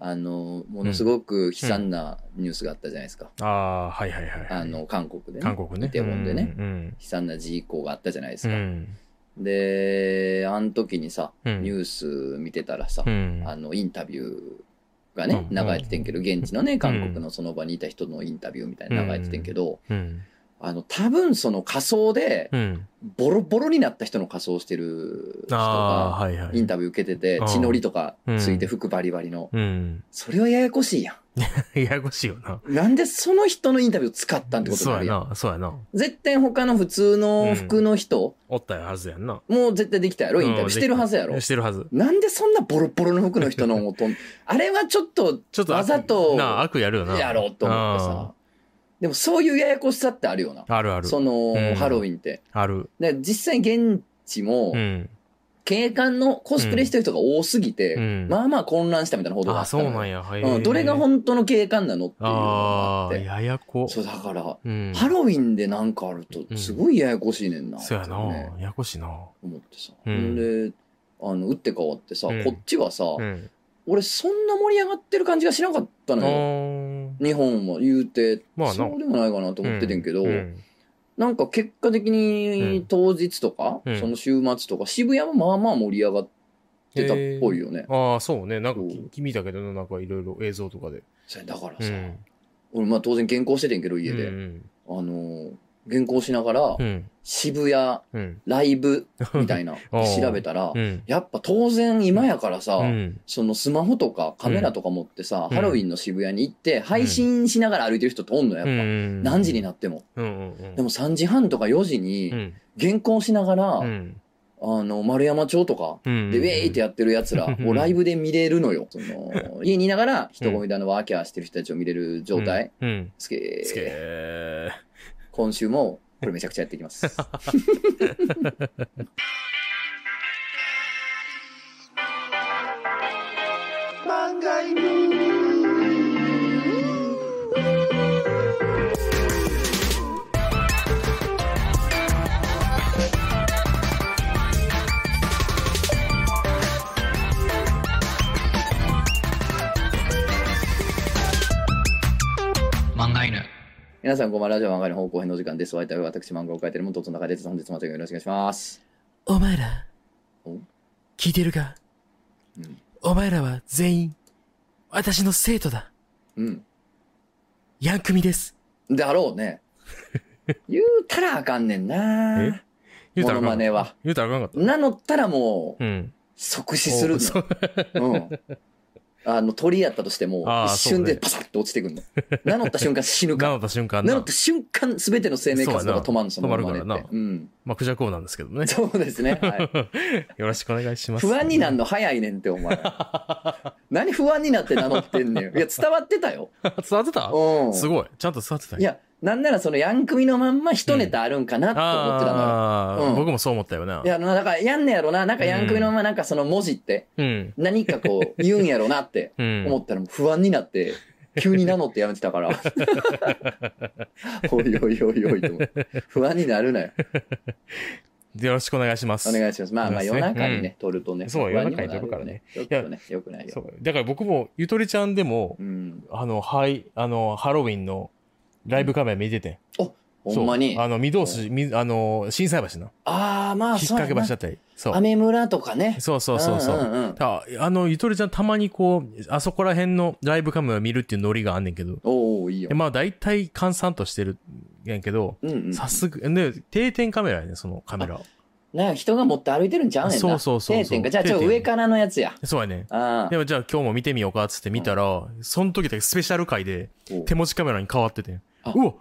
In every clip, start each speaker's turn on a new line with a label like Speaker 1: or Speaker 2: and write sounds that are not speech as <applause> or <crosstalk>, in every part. Speaker 1: あの、ものすごく悲惨なニュースがあったじゃないですか。
Speaker 2: ああ、はいはいはい。
Speaker 1: あ、の、韓国でね。
Speaker 2: 韓国ね。
Speaker 1: イテウォンでね。
Speaker 2: うんうん
Speaker 1: 悲惨な事故があったじゃないです
Speaker 2: う
Speaker 1: か。
Speaker 2: ん。
Speaker 1: で、あの時にさ、
Speaker 2: うん
Speaker 1: ニュース見てたらさ、
Speaker 2: うん。
Speaker 1: あの、インタビューがね、
Speaker 2: うん
Speaker 1: 流れててんけど、現地のね、韓国のその場にいた人のインタビューみたいな流れててんけど、
Speaker 2: うん。
Speaker 1: あの、多分その仮装で、
Speaker 2: うん。
Speaker 1: ボロボロになった人の仮装してる人
Speaker 2: ああ、
Speaker 1: が、
Speaker 2: はいはい。
Speaker 1: インタビュー受けてて
Speaker 2: うん、
Speaker 1: 血のりとかついて
Speaker 2: うん
Speaker 1: 服バリバリの。
Speaker 2: うん。
Speaker 1: それはややこしいや
Speaker 2: ややこしいよな。
Speaker 1: ん。なんでその人のインタビューを使ったんってことに
Speaker 2: そ
Speaker 1: な
Speaker 2: う
Speaker 1: るやん。
Speaker 2: やな、そうやな。
Speaker 1: 絶対他の普通の服の人、
Speaker 2: おったはずやんな。
Speaker 1: もう絶対できたやろインタビューしてるはずやろ
Speaker 2: してるはず。
Speaker 1: なんでそんなボロボロの服の人の音、 <laughs> あれはちょっと
Speaker 2: ちょっと悪
Speaker 1: わざと
Speaker 2: なあ、悪やるよな。
Speaker 1: やろうと思ってさ。でもそういうややこしさってあるよな。
Speaker 2: うん。あるある。
Speaker 1: その、
Speaker 2: うん
Speaker 1: ハロウィンって。
Speaker 2: ある。
Speaker 1: で実際現地も、
Speaker 2: うん。
Speaker 1: 警官のコスプレしてる人が多すぎて、
Speaker 2: うん
Speaker 1: まあまあ混乱したみたいな報道があ
Speaker 2: あ、
Speaker 1: った
Speaker 2: そ
Speaker 1: の
Speaker 2: う
Speaker 1: よ
Speaker 2: なんや。はい。
Speaker 1: うんどれが本当の警官なのっていうのがあ
Speaker 2: あ
Speaker 1: っ
Speaker 2: あ、
Speaker 1: て。
Speaker 2: ややこ。
Speaker 1: そうだから、
Speaker 2: うん。
Speaker 1: ハロウィンでなんかあると、すごいややこしいねんな、って
Speaker 2: そうやな。
Speaker 1: ね
Speaker 2: ややこしいな。
Speaker 1: 思ってさ。
Speaker 2: うん
Speaker 1: ん、で、あの、打って変わってさ、
Speaker 2: うん
Speaker 1: こっちはさ、
Speaker 2: うん。
Speaker 1: 俺そんな盛り上がってる感じがしなかった
Speaker 2: あ
Speaker 1: のよ。
Speaker 2: ー
Speaker 1: 日本は言うて、
Speaker 2: まあな
Speaker 1: そうでもないかなと思っててんけど、
Speaker 2: うん
Speaker 1: なんか結果的
Speaker 2: う
Speaker 1: に
Speaker 2: ん
Speaker 1: 当日とか、
Speaker 2: うん
Speaker 1: その週末とか、渋谷もまあまあ盛り上がってたっぽいよね。
Speaker 2: ああ、そうね。なんか
Speaker 1: そう
Speaker 2: き、君見たけどな、なんかいろいろ映像とかで。
Speaker 1: それだから
Speaker 2: う
Speaker 1: さ、
Speaker 2: ん。
Speaker 1: 俺まあ当然原稿しててんけど家で、
Speaker 2: うん
Speaker 1: あのー原稿しながら
Speaker 2: う、ん。
Speaker 1: 渋谷
Speaker 2: うん。
Speaker 1: ライブみたいな
Speaker 2: あー
Speaker 1: 調べたら、
Speaker 2: うん。
Speaker 1: やっぱ当然今やからさ、
Speaker 2: うん。
Speaker 1: そのスマホとかカメラとか持ってさ、
Speaker 2: うん
Speaker 1: ハロウィンの渋谷に行って配信しながら歩いてる人っておんのやっぱ、
Speaker 2: うん
Speaker 1: 何時になっても。
Speaker 2: うんうんうん。
Speaker 1: でも3時半とか4時
Speaker 2: う
Speaker 1: に
Speaker 2: ん、
Speaker 1: 原稿しながら、
Speaker 2: うん。
Speaker 1: あの、丸山町とか、
Speaker 2: うん。
Speaker 1: で、ウェーってやってる奴ら
Speaker 2: うん
Speaker 1: をライブで見れるのよ。その、家にいながら人混みであのワーキャーしてる人たちを見れる状態。
Speaker 2: うん。うん。
Speaker 1: すげ
Speaker 2: つ
Speaker 1: ー。
Speaker 2: け
Speaker 1: 今週も、これめちゃくちゃやっていきます。
Speaker 3: 漫画犬
Speaker 1: 皆さん、こんばんは。ラジオ漫画の方向編のお時間です。お相手は私、漫画を描いてる元と中です。本日もまたよろしくお願いします。
Speaker 4: お前ら
Speaker 1: お、
Speaker 4: 聞いてるか、
Speaker 1: うん
Speaker 4: お前らは全員、私の生徒だ。
Speaker 1: うん。
Speaker 4: ヤンクミです。
Speaker 1: だろう
Speaker 2: <laughs>
Speaker 1: ね。言うたらあかんねんな。
Speaker 2: 言う
Speaker 1: モノ
Speaker 2: たらあかん
Speaker 1: マネは。
Speaker 2: 言うたらあかんかっ
Speaker 1: 名乗ったらもう
Speaker 2: た。、うん。
Speaker 1: 即死するの。
Speaker 2: そう
Speaker 1: うん。あの、鳥やったとしても
Speaker 2: あ、ー
Speaker 1: 一瞬
Speaker 2: そう
Speaker 1: で
Speaker 2: ね
Speaker 1: パサッと落ちてくんの。名乗った瞬間死ぬか
Speaker 2: <laughs> な
Speaker 1: ら。
Speaker 2: った瞬間
Speaker 1: 名
Speaker 2: な
Speaker 1: 乗った瞬間、すべての生命活動が止まるの、そ
Speaker 2: そう
Speaker 1: の
Speaker 2: やな
Speaker 1: ままで
Speaker 2: 止まる
Speaker 1: って
Speaker 2: か。
Speaker 1: うん。
Speaker 2: まあ、クジャコウなんですけどもね。
Speaker 1: そうですね。
Speaker 2: <laughs>
Speaker 1: はい。
Speaker 2: よろしくお願いします。
Speaker 1: 不安に
Speaker 2: <laughs>
Speaker 1: なんの早いねんって、お前。何不安になって名乗ってんねん。いや、伝わってた
Speaker 2: <laughs>
Speaker 1: よ。
Speaker 2: 伝わってた
Speaker 1: うん。
Speaker 2: すごい。ちゃんと伝わってた。
Speaker 1: いや、なんならそのヤンクミのまんま一ネタあるんかなと思ってたのよ。
Speaker 2: あ
Speaker 1: う
Speaker 2: あ、
Speaker 1: ん。
Speaker 2: 僕もそう思ったよない
Speaker 1: や、なんかやんねやろな。なんかヤンクミのまんまなんかその文字って
Speaker 2: うん。
Speaker 1: 何かこ
Speaker 2: <laughs>
Speaker 1: う言うんやろなって
Speaker 2: うん。
Speaker 1: 思ったらもう不安になって、急に名乗ってやめてた
Speaker 2: <laughs>
Speaker 1: から。おいおいおいおいと思って。不安になるなよ。
Speaker 2: よろしくお願いします。
Speaker 1: お願いします。まあまあ
Speaker 2: そう
Speaker 1: 夜
Speaker 2: ですね
Speaker 1: 中にね
Speaker 2: う、
Speaker 1: 撮るとね。
Speaker 2: そう
Speaker 1: 不安もな
Speaker 2: 夜中に撮るからね
Speaker 1: よね。よくない
Speaker 2: そ
Speaker 1: よ。
Speaker 2: うだから僕も、ゆとりちゃんでも
Speaker 1: う、ん。
Speaker 2: あの、はい、あの、ハロウィンのライブカメラ見ててん。
Speaker 1: ほんまに。
Speaker 2: そうあ
Speaker 1: あ
Speaker 2: の、御堂筋、みあの、震災橋な。
Speaker 1: あー、まあ
Speaker 2: 引っ
Speaker 1: そうや
Speaker 2: 掛け橋だ
Speaker 1: な。
Speaker 2: ったり。そう。
Speaker 1: 雨村とかね。
Speaker 2: そうそうそうそう。
Speaker 1: んんん
Speaker 2: ああの、ゆとりちゃんたまにこう、あそこら辺のライブカメラ見るっていうノリがあんねんけど、
Speaker 1: おおいいよ
Speaker 2: で。まあ大体閑散としてるんやけど、
Speaker 1: うんうん。
Speaker 2: さすが、ね、定点カメラやね、そのカメラ。
Speaker 1: なんか人が持って歩いてるんちゃうねんな。
Speaker 2: そうそうそうそう
Speaker 1: 定点か。じゃあちょっと上からのやつや。
Speaker 2: そうやね。
Speaker 1: あ
Speaker 2: でもじゃあ今日も見てみようかっつって見たら、その時だけスペシャル回で
Speaker 1: あ。
Speaker 2: 手持ちカメラに変わっててん
Speaker 1: あ。
Speaker 2: うわ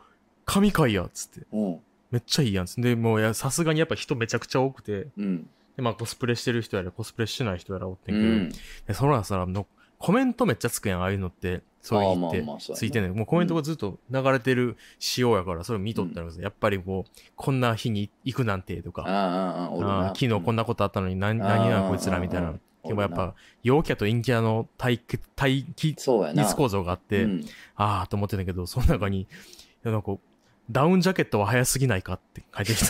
Speaker 2: 神回やっつって。
Speaker 1: うん。
Speaker 2: めっちゃいいやんっつって。で、もうやさすがにやっぱ人めちゃくちゃ多くて、
Speaker 1: うん。
Speaker 2: で、まあコスプレしてる人やらコスプレしてない人やらおって
Speaker 1: うん
Speaker 2: けど、
Speaker 1: ん。
Speaker 2: でそらさのコメントめっちゃつくやんああいうのってそういうのっ
Speaker 1: あー
Speaker 2: て
Speaker 1: まあまあそうやな
Speaker 2: ついてんねんもうコメントがずっと流れてる仕様やからそれを見とったらさやっぱりこうこんな日に行くなんてと
Speaker 1: ああ
Speaker 2: か
Speaker 1: ああああ、おる
Speaker 2: あー
Speaker 1: な。
Speaker 2: 昨日こんなことあったのに何
Speaker 1: うん
Speaker 2: 何やこいつらみたい。
Speaker 1: あああ
Speaker 2: な
Speaker 1: あ
Speaker 2: でもやっ、
Speaker 1: おるな
Speaker 2: ぱ陽キャと陰キャの対決対
Speaker 1: そうやな。
Speaker 2: 立構造があって
Speaker 1: うん
Speaker 2: ああと思ってたけどその中にいやなんかダウンジャケットは早すぎないかって書いてき
Speaker 1: <laughs>
Speaker 2: た。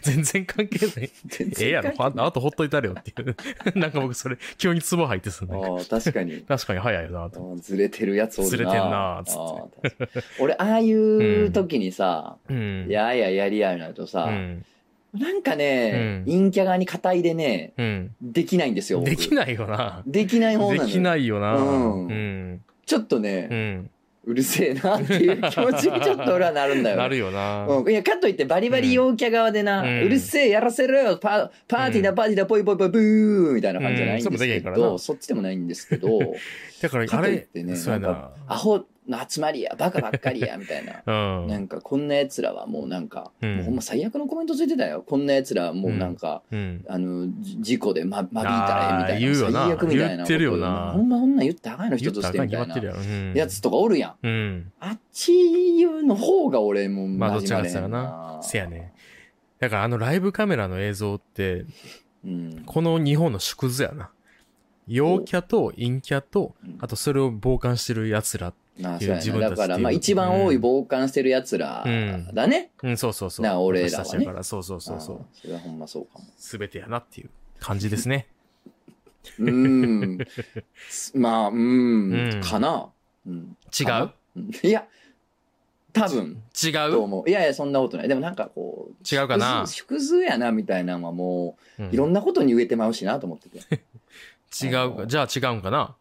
Speaker 2: 全然関係ない。
Speaker 1: 全
Speaker 2: ええや
Speaker 1: 関
Speaker 2: ろ、
Speaker 1: 係
Speaker 2: ああとほっといたれよっていう。 <laughs> なんか僕それ、急にツボ入ってすん
Speaker 1: な
Speaker 2: ね
Speaker 1: いああ、確かに。
Speaker 2: 確かに早いよな
Speaker 1: あ
Speaker 2: と。
Speaker 1: ーずれてるやつおるな。
Speaker 2: ずれてんなつって
Speaker 1: あー確かに俺、ああいう時にさ、
Speaker 2: うん。
Speaker 1: いやいややりやになるとさ、
Speaker 2: うん。
Speaker 1: なんかね、
Speaker 2: うん
Speaker 1: 陰キャ側に硬いでね、
Speaker 2: うん。
Speaker 1: できないんですよ。僕
Speaker 2: できないよな。
Speaker 1: できない方
Speaker 2: で
Speaker 1: なの
Speaker 2: き
Speaker 1: よ。
Speaker 2: ないよな。
Speaker 1: うん
Speaker 2: うん。
Speaker 1: ちょっとね、
Speaker 2: う。
Speaker 1: うんるせえなっていう気持ちにちょっと俺はなるんだよ。
Speaker 2: なるよな。
Speaker 1: うん、いやかといってバリバリ陽キャ側でな、う
Speaker 2: うん
Speaker 1: るせえやらせろよパパーティーだパーティーだポイポイポイブーみたいな感じじゃないんですけ
Speaker 2: うんそれもできへんから
Speaker 1: ど、
Speaker 2: な
Speaker 1: そっちでもないんですけ
Speaker 2: <laughs>
Speaker 1: ど
Speaker 2: だから、
Speaker 1: か
Speaker 2: あ
Speaker 1: といっ
Speaker 2: れ
Speaker 1: て、ね
Speaker 2: そうや
Speaker 1: なん
Speaker 2: な。
Speaker 1: アホの集まりやバカばっかりやみたいな
Speaker 2: <laughs> うん。
Speaker 1: なんかこんなやつらはもうなんか、
Speaker 2: うん
Speaker 1: もうほんま最悪のコメントついてたよこんなやつらはもうなんか、
Speaker 2: うん。
Speaker 1: あのじ事故でままびいたらええみ
Speaker 2: あー言う
Speaker 1: たい
Speaker 2: よ
Speaker 1: な
Speaker 2: な
Speaker 1: 最悪みたいなこと
Speaker 2: 言ってるよな
Speaker 1: ほんまこんなん言ったらあかんの人
Speaker 2: 言っ
Speaker 1: と
Speaker 2: たら
Speaker 1: し
Speaker 2: あ
Speaker 1: て
Speaker 2: かん
Speaker 1: み
Speaker 2: に決
Speaker 1: た
Speaker 2: ま
Speaker 1: い
Speaker 2: ってる
Speaker 1: な
Speaker 2: やろ。うん
Speaker 1: やつとかおるやん
Speaker 2: うん。
Speaker 1: あっちの方が俺もう
Speaker 2: まあどっ
Speaker 1: 馴
Speaker 2: ち
Speaker 1: 染
Speaker 2: か
Speaker 1: ま
Speaker 2: っ
Speaker 1: れへ
Speaker 2: つった
Speaker 1: ん
Speaker 2: らな。せやね。だからあのライブカメラの映像って、
Speaker 1: うん
Speaker 2: この日本の縮図やな。陽キャと陰キャと
Speaker 1: うん、
Speaker 2: あとそれを傍観してる奴ら。
Speaker 1: まあ、
Speaker 2: って
Speaker 1: そう
Speaker 2: いう
Speaker 1: や
Speaker 2: 自
Speaker 1: な
Speaker 2: 分たち
Speaker 1: だから、
Speaker 2: っていう
Speaker 1: まあ、一番多い傍観してるやつら
Speaker 2: うん
Speaker 1: だね。
Speaker 2: うん、そうそうそう。
Speaker 1: な俺らはね
Speaker 2: 私たちやから、そうそうそうそ
Speaker 1: あ
Speaker 2: う
Speaker 1: あ。それはほんまそうかも。
Speaker 2: すべてやなっていう感じですね。
Speaker 1: うーん。すまあ、うー。
Speaker 2: うんん
Speaker 1: かな。うん、
Speaker 2: 違
Speaker 1: か
Speaker 2: う
Speaker 1: なうんいや、多分、
Speaker 2: 違
Speaker 1: と
Speaker 2: う
Speaker 1: 思う。いやいや、そんなことない。でもなんかこう、
Speaker 2: 違うかな
Speaker 1: 縮図縮図やな、みたいなのはも
Speaker 2: うん
Speaker 1: う、いろんなことに植えてまうしなと思ってて。
Speaker 2: 違うか。じゃあ違うんかな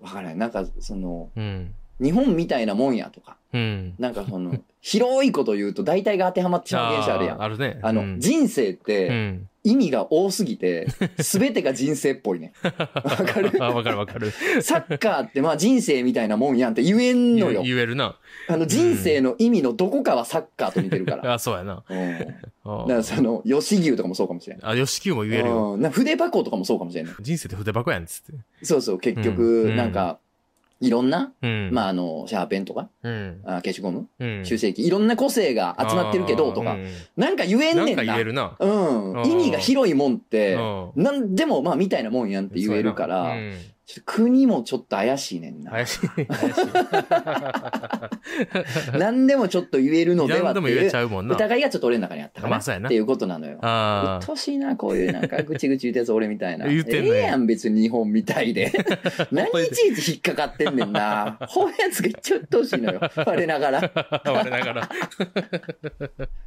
Speaker 1: わからない。なんか、その、
Speaker 2: うん。
Speaker 1: 日本みたいなもんやとか、
Speaker 2: うん。
Speaker 1: なんかそ
Speaker 2: <laughs>
Speaker 1: の、広いこと言うと大体が当てはまってしまう現象あるや
Speaker 2: あー
Speaker 1: ん。
Speaker 2: あるね。
Speaker 1: あの、
Speaker 2: うん
Speaker 1: 人生って、
Speaker 2: うん。
Speaker 1: 意味が多すぎ
Speaker 2: <laughs>
Speaker 1: て、すべてが人生っぽいね。
Speaker 2: わ
Speaker 1: かる
Speaker 2: わかるわかる。
Speaker 1: サッカーってまあ人生みたいなもんやんって言えんの
Speaker 2: 言
Speaker 1: よ。
Speaker 2: 言えるな。
Speaker 1: あの人生の意味のどこかはサッカーと似てるから。
Speaker 2: あ、そうやな。
Speaker 1: うん、だ
Speaker 2: あ
Speaker 1: からその、吉牛とかもそうかもしれん。
Speaker 2: あ、吉木も言えるよ。
Speaker 1: うんなんか筆箱とかもそうかもしれない。
Speaker 2: 人生って筆箱やんっつって。
Speaker 1: そうそう、結
Speaker 2: う
Speaker 1: 局、
Speaker 2: ん
Speaker 1: なんか、いろんな、
Speaker 2: うん。
Speaker 1: ま
Speaker 2: あ、
Speaker 1: ああの、シャーペンとか、
Speaker 2: うん。
Speaker 1: あ消しゴム、
Speaker 2: うん。
Speaker 1: 修正器、いろんな個性が集まってるけど、と
Speaker 2: あ
Speaker 1: か
Speaker 2: ー、うん
Speaker 1: なんか言えん
Speaker 2: な
Speaker 1: ね
Speaker 2: んか
Speaker 1: ん
Speaker 2: 言
Speaker 1: な
Speaker 2: え。るな。
Speaker 1: うん
Speaker 2: あ。ー
Speaker 1: 意味が広いもんって、
Speaker 2: う
Speaker 1: なんでもまあみたいなもんやんって言えるから、
Speaker 2: そうやなうん
Speaker 1: ちょっと国もちょっと怪しいねんな。
Speaker 2: 怪しい。怪し
Speaker 1: 何でもちょっと言えるの
Speaker 2: い。
Speaker 1: では
Speaker 2: <laughs> 何
Speaker 1: っ
Speaker 2: で
Speaker 1: て
Speaker 2: も言
Speaker 1: い
Speaker 2: えち
Speaker 1: う
Speaker 2: ゃうもんな。
Speaker 1: 疑いがちょっと俺の中にあったか
Speaker 2: ま
Speaker 1: な
Speaker 2: あそうやな
Speaker 1: っていうことなのよ。う
Speaker 2: あ
Speaker 1: っとうしいな、こういうなんかぐちぐち言うてやつ俺みたいな。
Speaker 2: 言うてん
Speaker 1: え
Speaker 2: ねん
Speaker 1: えやん、別に日本みたい
Speaker 2: <laughs>
Speaker 1: で。何いちいち引っかかってんねんな。こういうやつがちょっとうっとうしいのよ。我ながら。
Speaker 2: あ。
Speaker 1: <laughs>
Speaker 2: 我ながら。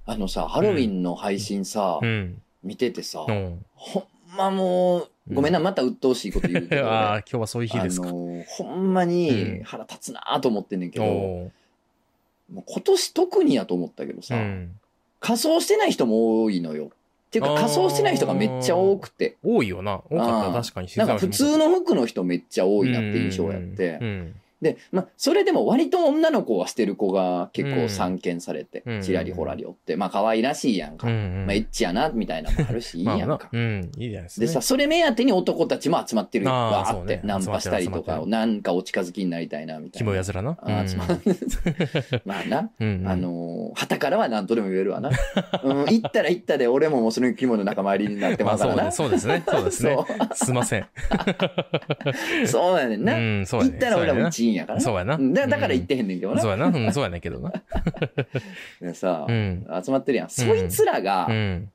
Speaker 1: あのさ、ハロウィンの配信さ
Speaker 2: う、ん。
Speaker 1: 見ててさ
Speaker 2: う、ん。
Speaker 1: ほんまもう、ごめんな、また鬱陶しいこと言うけど。
Speaker 2: <laughs> ああ、
Speaker 1: 俺
Speaker 2: 今日はそういう日
Speaker 1: あ
Speaker 2: ですか。
Speaker 1: のほんま
Speaker 2: う
Speaker 1: に
Speaker 2: ん
Speaker 1: 腹立つなと思ってんねんけど、
Speaker 2: お
Speaker 1: もう今年特にやと思ったけど
Speaker 2: ーう
Speaker 1: さ、
Speaker 2: ん。
Speaker 1: 仮装してない人も多いのよ。っていうか
Speaker 2: あー
Speaker 1: 仮装してない人がめっちゃ多くて。
Speaker 2: 多いよな。多かった
Speaker 1: あー
Speaker 2: ら確かに。
Speaker 1: なんか普通の服の人めっちゃ多いなって印象やっ
Speaker 2: う
Speaker 1: て。
Speaker 2: ん。
Speaker 1: で、まあ、それでも割と女の子はしてる子が結構散見され
Speaker 2: う
Speaker 1: て、
Speaker 2: ん
Speaker 1: ちらりほらりおって、まあ可愛らしいやんか。
Speaker 2: うん
Speaker 1: ま
Speaker 2: うん
Speaker 1: あエッチやな、みたいなのもある
Speaker 2: <laughs>
Speaker 1: し、いい
Speaker 2: まあ
Speaker 1: やん
Speaker 2: な
Speaker 1: か。
Speaker 2: うん。いいじゃないですか。
Speaker 1: でさ、それ目当てに男たちも集まってる
Speaker 2: あー
Speaker 1: わーっ
Speaker 2: そう
Speaker 1: て
Speaker 2: ね、
Speaker 1: ナンパしたりと
Speaker 2: 集まってる集ま
Speaker 1: か
Speaker 2: っ、て
Speaker 1: なんかお近づきになりたいな、みたい
Speaker 2: キモい
Speaker 1: な
Speaker 2: や。つらな。
Speaker 1: あーつまんまあな。
Speaker 2: うん。
Speaker 1: あ、のー、旗からは何とでも言えるわな。うん、行ったら行ったで、俺ももうその生き物の仲間入りになって
Speaker 2: <laughs>
Speaker 1: ま
Speaker 2: まあ
Speaker 1: すから
Speaker 2: そう
Speaker 1: な
Speaker 2: ね。。そうですね。そ
Speaker 1: <laughs>
Speaker 2: うですね。すいません。
Speaker 1: う、 <laughs> そうやねんな。
Speaker 2: うん、そうや
Speaker 1: 行
Speaker 2: ね。
Speaker 1: ったら俺はもう一員やからな。
Speaker 2: そうやな。
Speaker 1: うんだだから行
Speaker 2: 行
Speaker 1: っ。てへんねんけど
Speaker 2: そう
Speaker 1: な。
Speaker 2: やな。うん、そうやねん
Speaker 1: <laughs>
Speaker 2: けどな。
Speaker 1: でさ
Speaker 2: う、ん。
Speaker 1: 集まってるやん。そいつらが
Speaker 2: う、ん。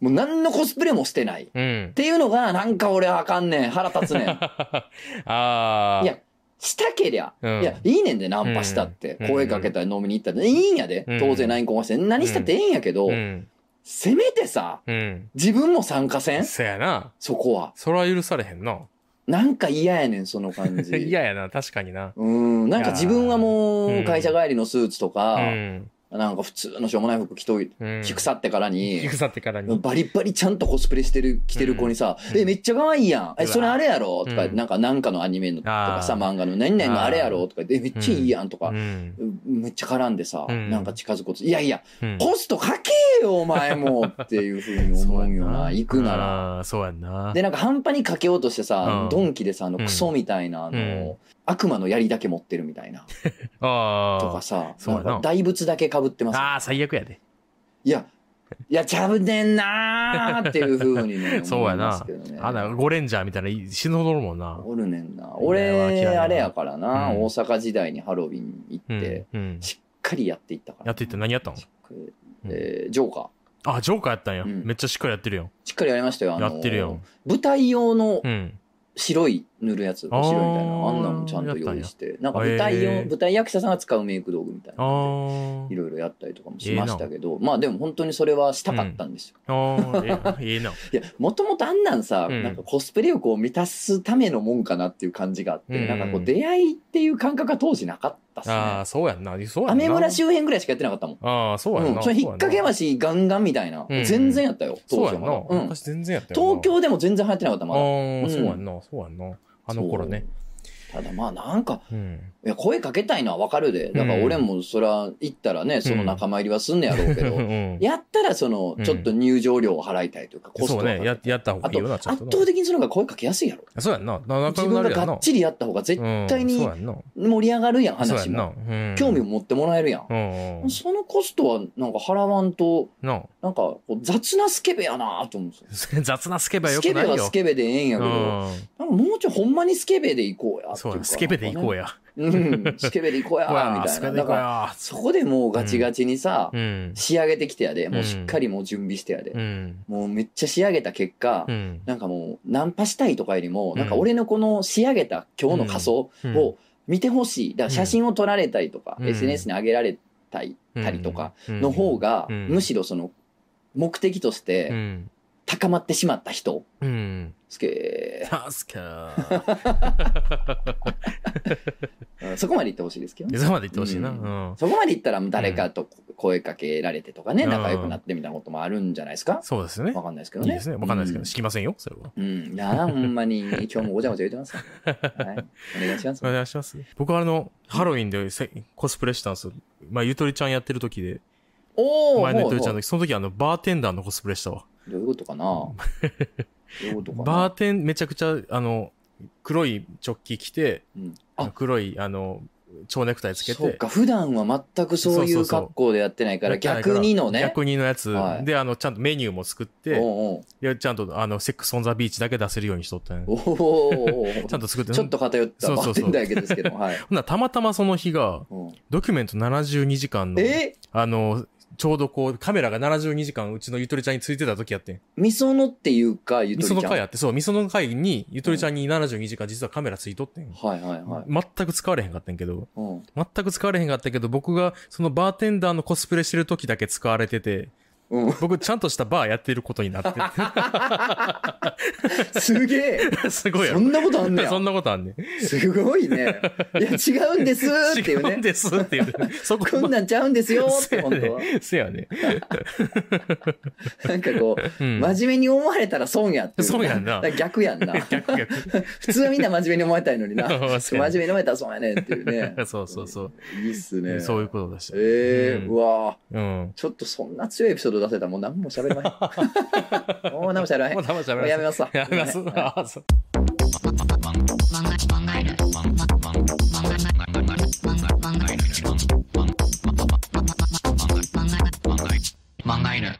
Speaker 1: もう何のコスプレもしてない。っ
Speaker 2: うん。 <laughs>
Speaker 1: ていうのが、なんか俺はあかんねん。腹立つねん。
Speaker 2: ああ。
Speaker 1: いや、したけりゃ、
Speaker 2: うん
Speaker 1: いや、いいねんで、ナンパしたって。
Speaker 2: うん
Speaker 1: 声かけたり飲みに行ったって。いいんやで
Speaker 2: う。ん
Speaker 1: 当然 LINE 交換して。何したってええんやけど
Speaker 2: う、ん。
Speaker 1: せめてさ、
Speaker 2: うん。
Speaker 1: 自分も参加せん
Speaker 2: そやな。
Speaker 1: そこは。
Speaker 2: それは許されへんな。
Speaker 1: なんか嫌やねん、その感じ。
Speaker 2: <laughs> 嫌やな、確かにな。
Speaker 1: うん、なんか自分はも
Speaker 2: いうやー
Speaker 1: 会社帰りのスーツとか
Speaker 2: う、ん。
Speaker 1: なんか普通のしょうもない服着とい
Speaker 2: うん
Speaker 1: 着腐ってからに
Speaker 2: 引、くさってからに。
Speaker 1: バリバリちゃんとコスプレしてる、着てる子にさ、
Speaker 2: うん
Speaker 1: え、めっちゃ可愛いやん。え、
Speaker 2: うわ
Speaker 1: それあれやろとか、
Speaker 2: うん
Speaker 1: なんか、なんかのアニメのとかさ、
Speaker 2: あー
Speaker 1: 漫画の何々のあれやろとか、え、めっちゃいいやんとか
Speaker 2: う、ん。
Speaker 1: めっちゃ絡んでさ、
Speaker 2: うん
Speaker 1: なんか近づくこと、いやいや、
Speaker 2: うん
Speaker 1: コストかけよ、お前も
Speaker 2: <laughs>
Speaker 1: っていうふうに思うよな、行くなら。
Speaker 2: ら。あーそうやんな。
Speaker 1: で、なんか半端にかけようとしてさ
Speaker 2: う、ん
Speaker 1: ドンキでさ、あの、
Speaker 2: うん
Speaker 1: クソみたいな、あ
Speaker 2: うん
Speaker 1: の、悪魔の槍だけ持ってるみたいな。
Speaker 2: あ
Speaker 1: と
Speaker 2: あ
Speaker 1: か。さ、
Speaker 2: そう
Speaker 1: な
Speaker 2: や
Speaker 1: ん
Speaker 2: な
Speaker 1: か大仏だけ被ってます。
Speaker 2: ああ、最悪やで。
Speaker 1: いや、いや、ちゃぶねんなーっていうふうにね、
Speaker 2: <laughs> そう
Speaker 1: 思
Speaker 2: やな
Speaker 1: いますけどね
Speaker 2: あんな、ゴレンジャーみたいな死ぬほどおるもんな。
Speaker 1: おるねんな。
Speaker 2: 嫌
Speaker 1: 俺
Speaker 2: やわ嫌や、わ
Speaker 1: あれやからな、
Speaker 2: うん
Speaker 1: 大阪時代にハロウィン行って、
Speaker 2: うん。うん
Speaker 1: しっかかりやっていったから。
Speaker 2: やっていって何やったの
Speaker 1: しっかりえージョーカー。
Speaker 2: あ、ジョーカーやったんや。
Speaker 1: うん
Speaker 2: めっちゃしっかりやってるやん。
Speaker 1: しっかりやりましたよ。あの
Speaker 2: やってるやん。
Speaker 1: 舞台用の
Speaker 2: うん。
Speaker 1: 白い塗るやつ、
Speaker 2: あー
Speaker 1: 白いみたいな。あんなのちゃんと用意して。なんか舞台
Speaker 2: へ
Speaker 1: 用、
Speaker 2: ー
Speaker 1: 舞台役者さんが使うメイク道具みたい
Speaker 2: あ
Speaker 1: なので。い
Speaker 2: ー。
Speaker 1: ろいろやったりとかもしましたけど、まあでも本当にそれはしたかったんですよ。
Speaker 2: あ <laughs> ー。ええええな。
Speaker 1: いや、もともとあんなんさ、
Speaker 2: うん
Speaker 1: なんかコスプレをこう満たすためのもんかなっていう感じがあって、
Speaker 2: うん
Speaker 1: なんかこう出会いっていう感覚が当時なかったっす
Speaker 2: ああ、
Speaker 1: ね。
Speaker 2: そうやんな。そうやんな。
Speaker 1: 雨村周辺ぐらいしかやってなかったもん。
Speaker 2: ああ、そうやん
Speaker 1: うん、
Speaker 2: な。
Speaker 1: それ引っ掛け
Speaker 2: は
Speaker 1: 橋ガンガンみたいな、
Speaker 2: うん
Speaker 1: 全然やったよ
Speaker 2: そ
Speaker 1: 当
Speaker 2: う
Speaker 1: 時は
Speaker 2: やん
Speaker 1: ま
Speaker 2: な
Speaker 1: だ。、うん、
Speaker 2: 昔全然やったよな
Speaker 1: 東京でも全然流行ってなかったま
Speaker 2: ああ
Speaker 1: だ
Speaker 2: ー、
Speaker 1: うん
Speaker 2: そうやんな。そうやんな。あの頃ね。
Speaker 1: ただまあなんか
Speaker 2: うん。
Speaker 1: いや声かけたいのはわかるでだから俺もそら行ったらねその仲間入りはすんねやろうけ
Speaker 2: う
Speaker 1: ど、
Speaker 2: <laughs> ん
Speaker 1: やったらその
Speaker 2: うん
Speaker 1: ちょっと入場料を払いたいというかコスト
Speaker 2: そう
Speaker 1: はかか
Speaker 2: ね。
Speaker 1: る
Speaker 2: ややった方が
Speaker 1: あ
Speaker 2: いい
Speaker 1: と
Speaker 2: よな、
Speaker 1: 圧
Speaker 2: ちゃんとな。
Speaker 1: 倒的にその方が声かけやすいやろ
Speaker 2: そうやんな。な
Speaker 1: 自
Speaker 2: 仲良く
Speaker 1: 分
Speaker 2: な
Speaker 1: が
Speaker 2: るやん
Speaker 1: が
Speaker 2: な
Speaker 1: っ。ちりやった方が絶対
Speaker 2: うん
Speaker 1: に
Speaker 2: そうやんな。
Speaker 1: 盛り上がるやん話も、
Speaker 2: そうやんなうん
Speaker 1: 興味を持ってもらえるやん、
Speaker 2: うんうん。
Speaker 1: そのコストはなんか払わんと
Speaker 2: なあ <laughs>
Speaker 1: なんかこう雑なスケベやなと思うんですよ
Speaker 2: 雑なスケベはよ
Speaker 1: ス
Speaker 2: く
Speaker 1: ケ
Speaker 2: な
Speaker 1: ベ
Speaker 2: いよ。
Speaker 1: はスケベでええんやけど、
Speaker 2: うん
Speaker 1: なんかもうちょいほんまにスケベで行こうやってい
Speaker 2: そうや、スケベで行こう
Speaker 1: や。
Speaker 2: や。
Speaker 1: うん、スケベで行こうや、
Speaker 2: うわ
Speaker 1: みた
Speaker 2: ス
Speaker 1: い
Speaker 2: ケ
Speaker 1: な。
Speaker 2: ベで
Speaker 1: だ
Speaker 2: 行こ
Speaker 1: か
Speaker 2: う
Speaker 1: ら、
Speaker 2: や。
Speaker 1: そこでもうガチガチにさ、
Speaker 2: うん。
Speaker 1: 仕上げてきてやで、もううんしっかりもう準備してやで、
Speaker 2: うん。
Speaker 1: もうめっちゃ仕上げた結果、
Speaker 2: うん。
Speaker 1: なんかもうナンパしたいとかよりも、
Speaker 2: うん
Speaker 1: なんか俺のこの仕上げた今日の仮装
Speaker 2: うん
Speaker 1: を見てほしい。だから写真を撮られたりとか、
Speaker 2: うん
Speaker 1: SNS に上げられたりたりとかの方が、
Speaker 2: うん
Speaker 1: むしろその目的とし
Speaker 2: う
Speaker 1: て
Speaker 2: ん。
Speaker 1: 高まってしまった人、
Speaker 2: うん。
Speaker 1: すけ
Speaker 2: 助か。 <laughs>
Speaker 1: そこまで言ってほしいですけどね
Speaker 2: いつまで言ってほしいな。
Speaker 1: う
Speaker 2: うんん。
Speaker 1: そこまでいったら誰かと声かけられてとかね、
Speaker 2: うん
Speaker 1: 仲良くなってみたいなこともあるんじゃないですか
Speaker 2: そうですね
Speaker 1: わ。かんないですけど
Speaker 2: いい
Speaker 1: ね。
Speaker 2: ですね。わかんないですけど、知りませんよ、それは。
Speaker 1: うん。うん、いやあほんまに、今日もごちゃごちゃ言ってますよ。はい。お願いします
Speaker 2: <laughs> お。願いします。僕はあの、ハロウィンでせコスプレしたんですよ。まあ、ゆとりちゃんやってる時で、
Speaker 1: おお
Speaker 2: 前のゆとりちゃん
Speaker 1: ど
Speaker 2: の時、その時あの、バーテンダーのコスプレしたわ。
Speaker 1: ういうことかなどういうことかな
Speaker 2: バーテン、めちゃくちゃ、あの、黒いチョッキ着て、
Speaker 1: うん、あ、
Speaker 2: 黒い、あの、蝶ネクタイつけ
Speaker 1: そう
Speaker 2: て、
Speaker 1: か。普段は全くそうい
Speaker 2: そうそううそう
Speaker 1: 格好でやってないから、
Speaker 2: やってない
Speaker 1: 逆にのね。
Speaker 2: 逆にのやつ、
Speaker 1: はい
Speaker 2: で、あの、ちゃんとメニューも作っ
Speaker 1: おう
Speaker 2: て、
Speaker 1: おう
Speaker 2: <laughs> でちゃんと、あの、セックスオンザビーチだけ出せるようにしとったんや
Speaker 1: おうおうおうおう
Speaker 2: ちゃんと作って、
Speaker 1: ちょっと偏った
Speaker 2: そう
Speaker 1: バ
Speaker 2: そ
Speaker 1: ー
Speaker 2: う
Speaker 1: テ
Speaker 2: そう
Speaker 1: ンダーやけですけど、
Speaker 2: <laughs>
Speaker 1: はい。
Speaker 2: ほんならたまたまその日が、
Speaker 1: うん
Speaker 2: ドキュメント72時間の、
Speaker 1: え
Speaker 2: あの、ちょうどこう、カメラが72時間うちのゆとりちゃんについてた時やってん。
Speaker 1: みそのっていうか、ゆ
Speaker 2: み
Speaker 1: と
Speaker 2: そ
Speaker 1: り
Speaker 2: の
Speaker 1: ちゃん。
Speaker 2: 会やって、そう、みその会に、ゆとりちゃんに72時間実はカメラついとってん。
Speaker 1: はいはいはい。
Speaker 2: 全く使われへんかったんやけど、
Speaker 1: うん
Speaker 2: 全く使われへんかったけど、僕がそのバーテンダーのコスプレしてる時だけ使われてて、
Speaker 1: うん、
Speaker 2: 僕ちゃんとしたバーやってることにな
Speaker 1: <laughs>
Speaker 2: って
Speaker 1: すげ
Speaker 2: て、す
Speaker 1: え
Speaker 2: <laughs> ごいや
Speaker 1: そ
Speaker 2: ろ。
Speaker 1: んなことあんねや
Speaker 2: そんなことあんねん。
Speaker 1: すごいねいや違うんですって
Speaker 2: <laughs> 違
Speaker 1: いう
Speaker 2: うん
Speaker 1: ね
Speaker 2: ですっていうね。
Speaker 1: <laughs>
Speaker 2: そこ
Speaker 1: こんなんちゃうんですよっ
Speaker 2: せ
Speaker 1: て
Speaker 2: <laughs> や
Speaker 1: 本当は
Speaker 2: ね。せやね。
Speaker 1: なんかこう
Speaker 2: うん。
Speaker 1: 真面目に思われたら損やっていう
Speaker 2: 損やんな
Speaker 1: だから逆やんな
Speaker 2: 逆逆。
Speaker 1: 普通はみんな真面目に思われたいのにな
Speaker 2: <laughs> そ
Speaker 1: 真
Speaker 2: うや
Speaker 1: 面目に思われたら損やねんっていうね
Speaker 2: ね <laughs> そうそうそう。
Speaker 1: いいっすね
Speaker 2: そういうことでした。
Speaker 1: えー、
Speaker 2: うん
Speaker 1: うわー
Speaker 2: うん。
Speaker 1: ちょっとそんな強いエピソード出せたらもう何も喋れない
Speaker 2: <laughs>
Speaker 1: もう何も喋れない
Speaker 2: も
Speaker 1: も
Speaker 2: うダメだ、
Speaker 1: うやめますわ
Speaker 2: やめます。
Speaker 1: は
Speaker 2: ああ、そう。
Speaker 3: 漫画犬
Speaker 1: い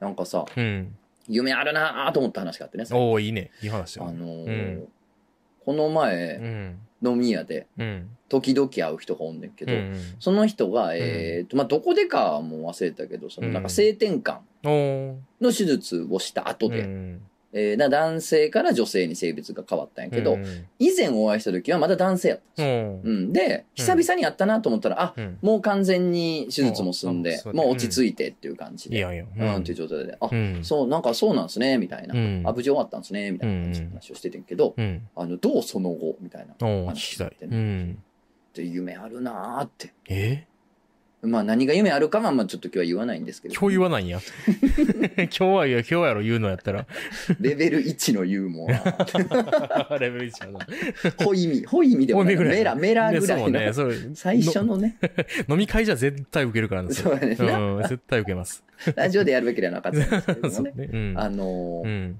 Speaker 1: なんかさ
Speaker 2: うん。
Speaker 1: 夢あるなーと思った話があってね
Speaker 2: おおいいね。いい話
Speaker 1: あ
Speaker 2: よ。
Speaker 1: のー
Speaker 2: うん
Speaker 1: この
Speaker 2: う
Speaker 1: 前
Speaker 2: ん。
Speaker 1: 飲み屋で
Speaker 2: うん。
Speaker 1: 時々会う人がおんねんけ
Speaker 2: う
Speaker 1: ど、
Speaker 2: ん。
Speaker 1: その人が、えーとまあ、どこでかはもう忘れたけどそのなん
Speaker 2: うん
Speaker 1: か性転換
Speaker 2: おお。
Speaker 1: の手術をした後で、
Speaker 2: うん
Speaker 1: えーな男性から女性に性別が変わったんやけど、
Speaker 2: うん
Speaker 1: 以前お会いした時はまだ男性やったんです
Speaker 2: う
Speaker 1: よ、
Speaker 2: ん
Speaker 1: うんで久々に会ったなと思ったら、あ
Speaker 2: うん。
Speaker 1: もう完全に手術も済んで、
Speaker 2: うん
Speaker 1: もう落ち着いてっていう感じ
Speaker 2: いい
Speaker 1: で、
Speaker 2: やんいいやん。
Speaker 1: うん、っていう状態で、あ
Speaker 2: うん。
Speaker 1: そうなんかそうなんですねみたいな、
Speaker 2: うん。
Speaker 1: あ無事終わったんですねみたいな感じの話をしててんけど、
Speaker 2: うん。
Speaker 1: あのどうその後みたいな
Speaker 2: おお、聞
Speaker 1: 話
Speaker 2: き
Speaker 1: したて
Speaker 2: い
Speaker 1: て。ね
Speaker 2: うん。
Speaker 1: って夢あるなーって。
Speaker 2: え
Speaker 1: まあ何が夢あるかはまあちょっと今日は言わないんですけど。
Speaker 2: 今日言わないんや。 <laughs> 今日は言う、今日やろ、言うの
Speaker 1: <laughs>
Speaker 2: やったら。
Speaker 1: レベル1のユーモア。
Speaker 2: <laughs> レベル1や
Speaker 1: ほいみ、ほいみでもない
Speaker 2: ほいみぐらい
Speaker 1: メラ、メラ
Speaker 2: な。
Speaker 1: ぐ
Speaker 2: で、
Speaker 1: ら
Speaker 2: そう
Speaker 1: いの。
Speaker 2: ね、それ。
Speaker 1: 最初の
Speaker 2: <laughs>
Speaker 1: ね。
Speaker 2: の。飲み会じゃ絶対受けるからな。
Speaker 1: そううですね。
Speaker 2: ん、絶対受けます。
Speaker 1: ラジオでやるべきではなかったんですけれども
Speaker 2: <laughs> そう
Speaker 1: ね。
Speaker 2: ね。うん。
Speaker 1: あの
Speaker 2: う
Speaker 1: ー、
Speaker 2: ん。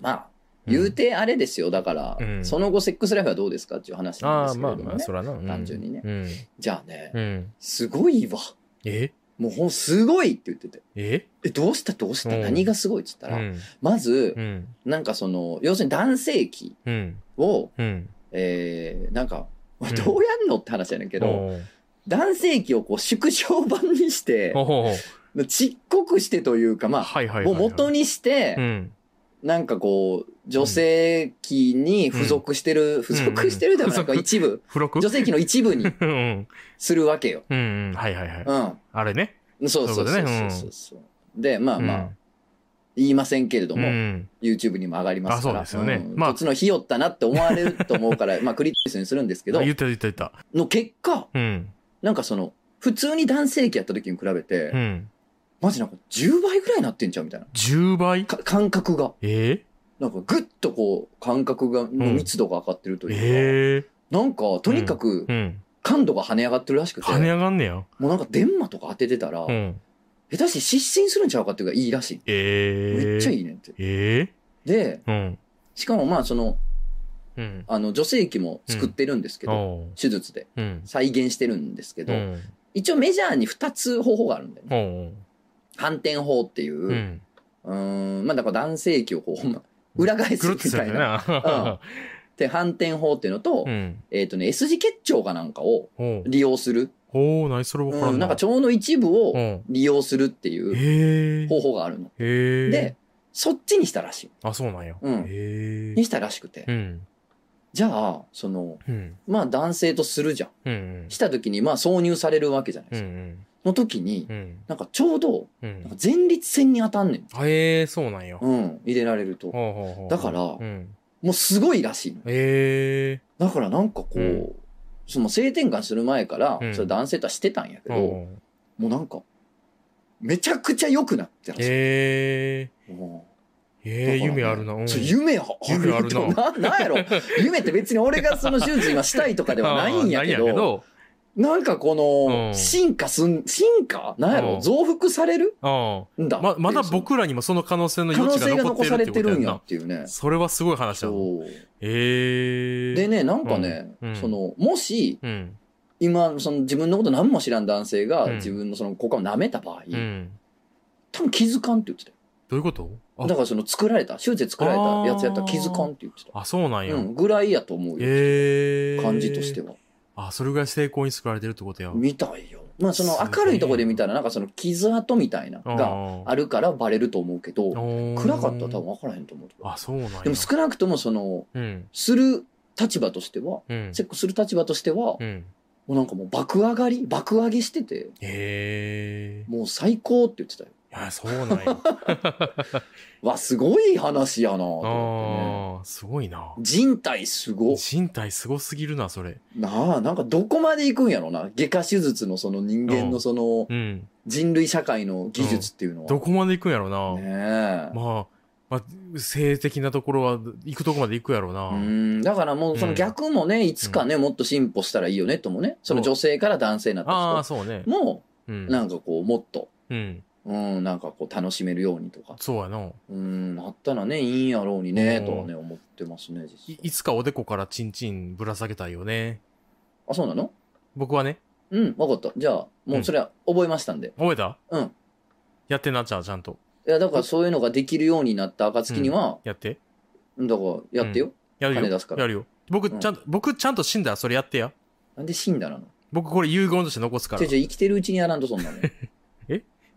Speaker 1: まあ、言うてあれですよ。だから
Speaker 2: う、ん
Speaker 1: その後セックスライフはどうですかっていう話なんで
Speaker 2: ああ、
Speaker 1: すけ
Speaker 2: まあ
Speaker 1: れど
Speaker 2: ま
Speaker 1: も
Speaker 2: あ、
Speaker 1: ね
Speaker 2: そ。らな。うん
Speaker 1: 単純にね
Speaker 2: うん。
Speaker 1: じゃあね
Speaker 2: う、ん。
Speaker 1: すごいわ。
Speaker 2: え
Speaker 1: もうほんすごいって言ってて。
Speaker 2: え
Speaker 1: え、どうしたどうした
Speaker 2: うん
Speaker 1: 何がすごいっつった
Speaker 2: う
Speaker 1: ら、
Speaker 2: ん。
Speaker 1: まず
Speaker 2: う、ん。
Speaker 1: なんかその、要するに男性器
Speaker 2: うん。
Speaker 1: を、
Speaker 2: うん。
Speaker 1: えーなんか、
Speaker 2: ん
Speaker 1: どうやんのって話やねんけど、
Speaker 2: おー
Speaker 1: 男性器をこう縮小版にして
Speaker 2: お、お。
Speaker 1: ちっこくしてというか、ま
Speaker 2: はいはいは
Speaker 1: あ、
Speaker 2: いは
Speaker 1: を
Speaker 2: い。
Speaker 1: 元にして
Speaker 2: う、ん。
Speaker 1: なんかこう、女性器に付属してる、付属してるでもないか、
Speaker 2: うん
Speaker 1: 一部、
Speaker 2: 付録
Speaker 1: 女性器の一部に
Speaker 2: うんうん。
Speaker 1: するわけよ。
Speaker 2: <laughs> うんうん。はいはいはい。
Speaker 1: うん。
Speaker 2: あれね。
Speaker 1: そうそうそう
Speaker 2: そう
Speaker 1: そ
Speaker 2: いうことねう
Speaker 1: うんそうそう。で、まあまあ、
Speaker 2: うん
Speaker 1: 言いませんけれど
Speaker 2: う
Speaker 1: も、
Speaker 2: ん。
Speaker 1: YouTube にも上がりますから。
Speaker 2: あそうですよね
Speaker 1: うん
Speaker 2: まあ
Speaker 1: こっちのひよったなって思われると思うから、 <laughs> まあクリティスにするんですけど
Speaker 2: あ、言った言った言った。
Speaker 1: の結果、
Speaker 2: うん。
Speaker 1: なんかその、普通に男性器やった時に比べて、
Speaker 2: うん。
Speaker 1: マジなんか10倍ぐらいなってんちゃうみたいな。
Speaker 2: 10倍
Speaker 1: か感覚が。
Speaker 2: え
Speaker 1: なんかぐっとこう、感覚が、の密度が上がってると
Speaker 2: ー、
Speaker 1: いうか、
Speaker 2: え
Speaker 1: なんかとにかく
Speaker 2: ー、うん。
Speaker 1: 感度が跳ね上がってるらしくて、
Speaker 2: 跳ね上がんねや。
Speaker 1: もうなんか電マとか当ててたら、
Speaker 2: うん。
Speaker 1: 下手して失神するんちゃうかっていうかいいらしい。
Speaker 2: えー、
Speaker 1: めっちゃ
Speaker 2: い。
Speaker 1: いいねんって。
Speaker 2: え
Speaker 1: で、
Speaker 2: ー、うん。
Speaker 1: しかもまあその、
Speaker 2: うん。
Speaker 1: あの、女性器も作ってるんですけど、
Speaker 2: おう
Speaker 1: 手術で
Speaker 2: うん。
Speaker 1: 再現してるんですけ
Speaker 2: う
Speaker 1: ど、
Speaker 2: ん。
Speaker 1: 一応メジャーに2つ方法があるんだよね。
Speaker 2: おう
Speaker 1: 反転法っていう、
Speaker 2: う。
Speaker 1: うんーん、まあだから男性器をこう、ほんま、裏返す
Speaker 2: ぐるっ
Speaker 1: み
Speaker 2: とす
Speaker 1: た
Speaker 2: る
Speaker 1: い
Speaker 2: よ
Speaker 1: な。
Speaker 2: な。
Speaker 1: で、反転法っていうのと、
Speaker 2: <laughs> うん。
Speaker 1: えっ、とね、S 字結腸かなんかを
Speaker 2: おう
Speaker 1: 利用する。
Speaker 2: おう何それ分から
Speaker 1: うん、なんか
Speaker 2: ょっ
Speaker 1: 腸の一部を
Speaker 2: うん。
Speaker 1: 利用するっていう
Speaker 2: えー、
Speaker 1: 方法があるの。
Speaker 2: えー、
Speaker 1: で、そっちにしたらしい。
Speaker 2: あ、そうなんや。
Speaker 1: うん
Speaker 2: え
Speaker 1: にしたらしくて
Speaker 2: ー、う。ん。
Speaker 1: じゃあ、その、
Speaker 2: うん。
Speaker 1: まあ男性とするじゃん。
Speaker 2: うん。うん
Speaker 1: した時に、まあ挿入されるわけじゃないで
Speaker 2: う
Speaker 1: すか。
Speaker 2: ん。
Speaker 1: の時に
Speaker 2: う、ん。
Speaker 1: なんかちょうど、
Speaker 2: う
Speaker 1: なんか
Speaker 2: ん。
Speaker 1: 前立腺に当たんねん。
Speaker 2: えー、そうなんや。
Speaker 1: うん、入れられると。
Speaker 2: ほうほうほう
Speaker 1: だから
Speaker 2: うん、
Speaker 1: もうすごいらしいの。
Speaker 2: え
Speaker 1: だからなんかこう、
Speaker 2: うん
Speaker 1: その性転換する前から、
Speaker 2: うん
Speaker 1: それ男性とはしてたんやけ
Speaker 2: ー、
Speaker 1: ど、
Speaker 2: おう
Speaker 1: もうなんか、めちゃくちゃ良くなってらしい。
Speaker 2: え
Speaker 1: うん
Speaker 2: ー、えー、夢あるな。うん
Speaker 1: そう夢あ
Speaker 2: 夢あるな
Speaker 1: とな。なんやろ夢って別に俺がその手術今したいとかではないんやけ
Speaker 2: <laughs> あーない
Speaker 1: ど、なんかこ
Speaker 2: う
Speaker 1: の、
Speaker 2: ん
Speaker 1: 進化すん、進化なんや
Speaker 2: う
Speaker 1: ろ
Speaker 2: ん
Speaker 1: 増幅される
Speaker 2: あ
Speaker 1: んだ
Speaker 2: あ。ま、まだ
Speaker 1: っていう
Speaker 2: 僕らにもその可能性の
Speaker 1: 可
Speaker 2: 余
Speaker 1: 能
Speaker 2: 地
Speaker 1: 性
Speaker 2: が
Speaker 1: が
Speaker 2: 残
Speaker 1: 残
Speaker 2: って
Speaker 1: さ
Speaker 2: る
Speaker 1: れ
Speaker 2: っ
Speaker 1: て
Speaker 2: てことや
Speaker 1: るん
Speaker 2: ん
Speaker 1: や
Speaker 2: な
Speaker 1: っ。ていうね。
Speaker 2: それはすごい話だな。
Speaker 1: そう。
Speaker 2: えー。
Speaker 1: でね、なんかね、
Speaker 2: うん
Speaker 1: その、もし、
Speaker 2: うん。
Speaker 1: 今、その自分のこと何も知らん男性が
Speaker 2: うん
Speaker 1: 自分のその股間を舐めた場合、
Speaker 2: うん。
Speaker 1: 多分気づかんって言ってたよ。
Speaker 2: どういうことあ
Speaker 1: だからその作られた、手術で作られたやつやったら気づかんって言ってた。
Speaker 2: あ、そうなんや。
Speaker 1: うん、ぐらいやと思うよ。
Speaker 2: えー。
Speaker 1: 感じとして
Speaker 2: は。
Speaker 1: は。
Speaker 2: あ、それぐらい成功に救われてるってことや。
Speaker 1: 見たいよ。まあその
Speaker 2: すごい
Speaker 1: 明るいとこで見たらなんかその傷跡みたいなのがあ
Speaker 2: る。
Speaker 1: るからバレると思うけど、暗
Speaker 2: 暗
Speaker 1: かったら多分。分からへんと思う。
Speaker 2: あ、そうなんや。
Speaker 1: でも少なくともその、
Speaker 2: うん。
Speaker 1: する立場としては、
Speaker 2: うん。
Speaker 1: セックスする立場としては、も
Speaker 2: うん。
Speaker 1: うなんかもう爆上がり、爆上げしてて、
Speaker 2: え
Speaker 1: もう最高って言ってたよ。
Speaker 2: ー。いや、そう
Speaker 1: <laughs>
Speaker 2: なんや。
Speaker 1: わ、すごい話やなと思ってね。
Speaker 2: ああ、すごいな。
Speaker 1: 人体すご。
Speaker 2: 人体すごすぎるな、それ。
Speaker 1: なあ、なんかどこまで行くんやろな。外科手術のその人間のその
Speaker 2: うん。
Speaker 1: 人類社会の技術っていうのは。
Speaker 2: どこまで行くんやろな。
Speaker 1: ねえ。
Speaker 2: まあ、まあ、性的なところは、行くとこまで行くやろうな。
Speaker 1: うんだからもうその逆もね、いつかね、もっと進歩したらいいよねともね、その女性から男性にな
Speaker 2: ああ、
Speaker 1: った
Speaker 2: そうね
Speaker 1: 人。も、
Speaker 2: うん。
Speaker 1: なんかこう、もっと、
Speaker 2: うん。
Speaker 1: うん、なんかこう、楽しめるようにとか、
Speaker 2: そうやな。
Speaker 1: うん、なったらね、いいんやろうにね、
Speaker 2: うん
Speaker 1: とはね、思ってますね、
Speaker 2: い
Speaker 1: 実際。
Speaker 2: いつかおでこからチンチンぶら下げたいよね。
Speaker 1: あ、そうなの
Speaker 2: 僕はね、
Speaker 1: うん、わかった。じゃあ、もうそれは覚えましたんで。
Speaker 2: 覚えた
Speaker 1: うん。
Speaker 2: やってな、ちゃうちゃんと。
Speaker 1: いや、だからそういうのができるようになった暁には、
Speaker 2: やって。
Speaker 1: だからやってよ。
Speaker 2: やる
Speaker 1: 金
Speaker 2: よ
Speaker 1: 出す。から
Speaker 2: やるよ。僕、
Speaker 1: うん
Speaker 2: ちゃんと、僕、ちゃんと死んだらそれやってや。
Speaker 1: なんで死んだらなの
Speaker 2: 僕、これ遺言として残すから
Speaker 1: 違う。違う、生きてるうちにやらんと、そんなの。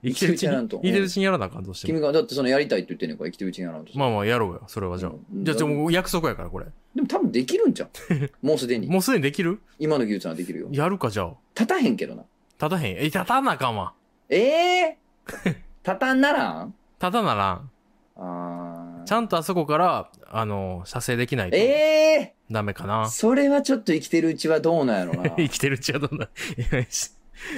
Speaker 2: 生きてるうち
Speaker 1: 生きてるうちにや
Speaker 2: に、
Speaker 1: らんと
Speaker 2: 生きてるうちにやらなあかん、どうして
Speaker 1: 君
Speaker 2: も。
Speaker 1: が、だってそのやりたいって言ってんねんから、生きてるうちにやらんと。
Speaker 2: まあまあ、やろうよ、それはじゃあ
Speaker 1: う。ん
Speaker 2: じゃあ、ちょもう約束やから、これ。
Speaker 1: でも多分できるんじゃん。もうすでに。
Speaker 2: もうすでにできる
Speaker 1: 今の技術はできるよ。
Speaker 2: やるか、じゃあ。
Speaker 1: 立たへんけどな。
Speaker 2: 立たへん。え、立たなあかんわ。
Speaker 1: ええー、立たんならん
Speaker 2: 立たならん。
Speaker 1: あ
Speaker 2: ちゃんとあそこから、あの、射精できないと
Speaker 1: ええ
Speaker 2: ダメか
Speaker 1: ー、 <laughs>
Speaker 2: な。。
Speaker 1: それはちょっと生きてるうちはどうなんやろな
Speaker 2: 生きてるうちはどんな。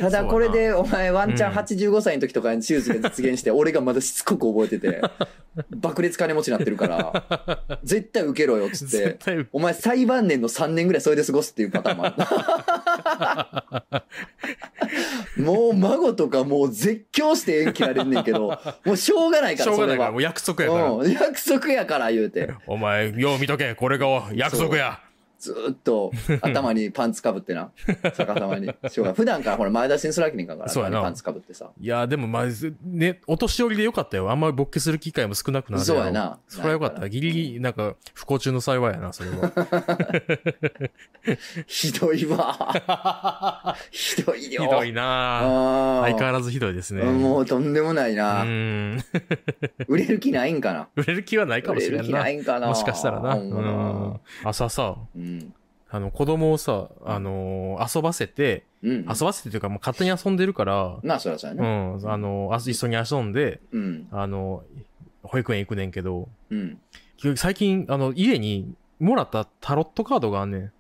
Speaker 1: ただこれでお前ワンチャン
Speaker 2: うん
Speaker 1: 85歳の時とかに手術が実現して、俺がまだしつこく覚えて
Speaker 2: <laughs>
Speaker 1: て、爆裂金持ちになってるから、絶対受けろよっつっ
Speaker 2: 絶
Speaker 1: て。
Speaker 2: 対、
Speaker 1: お前最晩年の3年ぐらいそれで過ごすっていうパターンもあ
Speaker 2: <laughs>
Speaker 1: るもう孫とかもう絶叫して縁切られんねんけど、もうしょうがないか
Speaker 2: しょ
Speaker 1: ら
Speaker 2: う
Speaker 1: そ
Speaker 2: がな
Speaker 1: れ
Speaker 2: いから、
Speaker 1: は
Speaker 2: も。う約束やから。 <laughs>
Speaker 1: うん、約束やから言うて。
Speaker 2: お前、よう見とけ、これが約束や。
Speaker 1: ずーっと頭にパンツかぶってな逆さまにしょうが普段からほら前出しにするわけにいかんから
Speaker 2: そうやな
Speaker 1: 頭にパンツかぶってさ
Speaker 2: いやーでもまあ、ね、お年寄りでよかったよ。あんまり勃起する機会も少なくなる
Speaker 1: そうやな
Speaker 2: それはよかった。ギリギリ、なんか、不幸中の幸いやな、それ
Speaker 1: <laughs>
Speaker 2: は。
Speaker 1: ひどい
Speaker 2: <laughs>
Speaker 1: わひどい
Speaker 2: ひ
Speaker 1: よ
Speaker 2: どいな
Speaker 1: あ
Speaker 2: ー相変
Speaker 1: ら
Speaker 2: わらずひどいですね。
Speaker 1: もうとんでもないうな、
Speaker 2: ーん。 <laughs>
Speaker 1: 売れる気ないんかな
Speaker 2: 売れる気はないか
Speaker 1: 売
Speaker 2: も
Speaker 1: れ
Speaker 2: し
Speaker 1: る
Speaker 2: れん
Speaker 1: 気な
Speaker 2: な。
Speaker 1: いんかな
Speaker 2: もしかしたらな。
Speaker 1: ほんま
Speaker 2: うん。朝さ、
Speaker 1: うん
Speaker 2: あの、子供をさ、あのー遊ばせて、
Speaker 1: うん
Speaker 2: 遊ばせてというか、もう勝手に遊んでるから、
Speaker 1: まあそりゃそうや
Speaker 2: う
Speaker 1: な、
Speaker 2: ん、あの、あ一緒に遊んで、
Speaker 1: うん
Speaker 2: あの、保育園行くねんけど、
Speaker 1: うん、
Speaker 2: 最近、あの、家にもらったタロットカードがあんねん。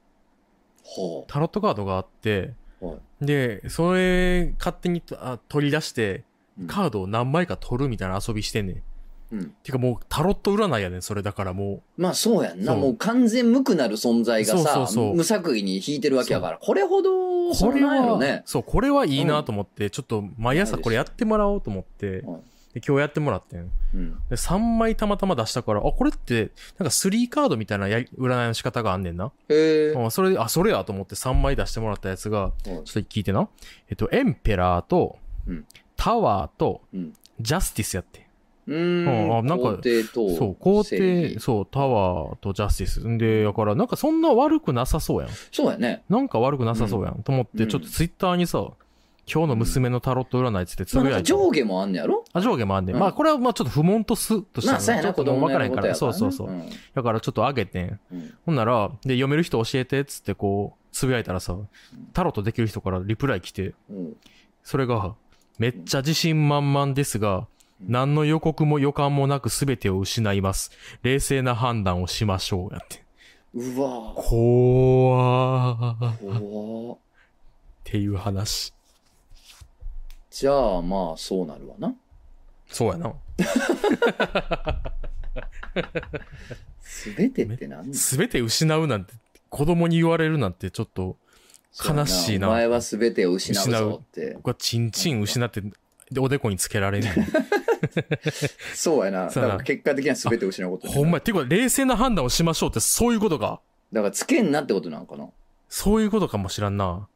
Speaker 1: ほ
Speaker 2: タロットカードがあって、
Speaker 1: うほ
Speaker 2: で、それ、勝手にあ取り出して、
Speaker 1: う
Speaker 2: カードを何枚か取るみたいな遊びしてんねん。
Speaker 1: うん
Speaker 2: てかもう、タロット占いやねん、それだからも
Speaker 1: まあそうやんな。
Speaker 2: そう
Speaker 1: もう完全無垢なる存在がさ、
Speaker 2: そうそうそう
Speaker 1: 無作為に弾いてるわけやから、これほど、
Speaker 2: う。
Speaker 1: そ
Speaker 2: こ
Speaker 1: れ
Speaker 2: れ
Speaker 1: なんやろ
Speaker 2: は、
Speaker 1: ね。
Speaker 2: そう、これはいいなと思って、ちょっと毎朝これやってもらおうと思って、
Speaker 1: はい
Speaker 2: で今日やってもらってん。
Speaker 1: うん。
Speaker 2: で、3枚たまたま出したから、あ、これって、なんか3カードみたいなやり占いの仕方があんねんな。
Speaker 1: へえ。
Speaker 2: あそれで、あ、それやと思って3枚出してもらったやつが、
Speaker 1: うん
Speaker 2: ちょっと聞いてな。えっと、エンペラーと、
Speaker 1: うん
Speaker 2: タワーと、
Speaker 1: うん
Speaker 2: ジャスティスやって。
Speaker 1: うーん。
Speaker 2: あなんか
Speaker 1: 皇帝と、
Speaker 2: そう、皇
Speaker 1: 正
Speaker 2: 帝、
Speaker 1: 義
Speaker 2: そう、タワーとジャスティス。んで、だから、なんかそんな悪くなさそうやん。
Speaker 1: そうやね。
Speaker 2: なんか悪くなさそうやん。と思っ
Speaker 1: う
Speaker 2: て、
Speaker 1: ん
Speaker 2: ちょっとツイッターにさ、今日の娘のタロット占いっつってつ
Speaker 1: まあ
Speaker 2: ぶ
Speaker 1: なんか
Speaker 2: やいて。
Speaker 1: 上下もあんねやろ
Speaker 2: あ、上下もあんねん。
Speaker 1: うん
Speaker 2: まあ、これはまあちょっと不問とす、として
Speaker 1: ま
Speaker 2: ね
Speaker 1: あそうや
Speaker 2: ちょ
Speaker 1: な、
Speaker 2: っと
Speaker 1: 子
Speaker 2: 分
Speaker 1: 供
Speaker 2: から
Speaker 1: の
Speaker 2: へ
Speaker 1: や
Speaker 2: ん
Speaker 1: る
Speaker 2: か。
Speaker 1: ことやからら。
Speaker 2: そうそうそう。
Speaker 1: ん。
Speaker 2: だからちょっと上げてん。
Speaker 1: うん
Speaker 2: ほんなら、で、読める人教えてっつってこう、つぶやいたらさ、タロットできる人からリプライ来て、
Speaker 1: うん。
Speaker 2: それが、めっちゃ自信満々ですが、
Speaker 1: うん
Speaker 2: 何の予告も予感もなく全てを失います。冷静な判断をしましょう。やって。
Speaker 1: うわぁ。
Speaker 2: こわーっ
Speaker 1: 怖ぁ
Speaker 2: ていう話。
Speaker 1: じゃあまあそうなるわな。
Speaker 2: そうやな。
Speaker 1: すべてってなんだ
Speaker 2: 全て失うなんて、子供に言われるなんてちょっと、
Speaker 1: そうや
Speaker 2: 悲しいな
Speaker 1: お前はすべてを失うぞって。
Speaker 2: 僕はチンチン失って、でおでこにつけ
Speaker 1: <laughs>
Speaker 2: られない。
Speaker 1: そうやな。だ
Speaker 2: そ
Speaker 1: か
Speaker 2: うやな
Speaker 1: ら結果的にはすべてを失うことになる
Speaker 2: ほんまや。ていうか、冷静な判断をしましょうって、そういうことか。
Speaker 1: だからつけんなってことなんかな。
Speaker 2: そういうことかもしらんな。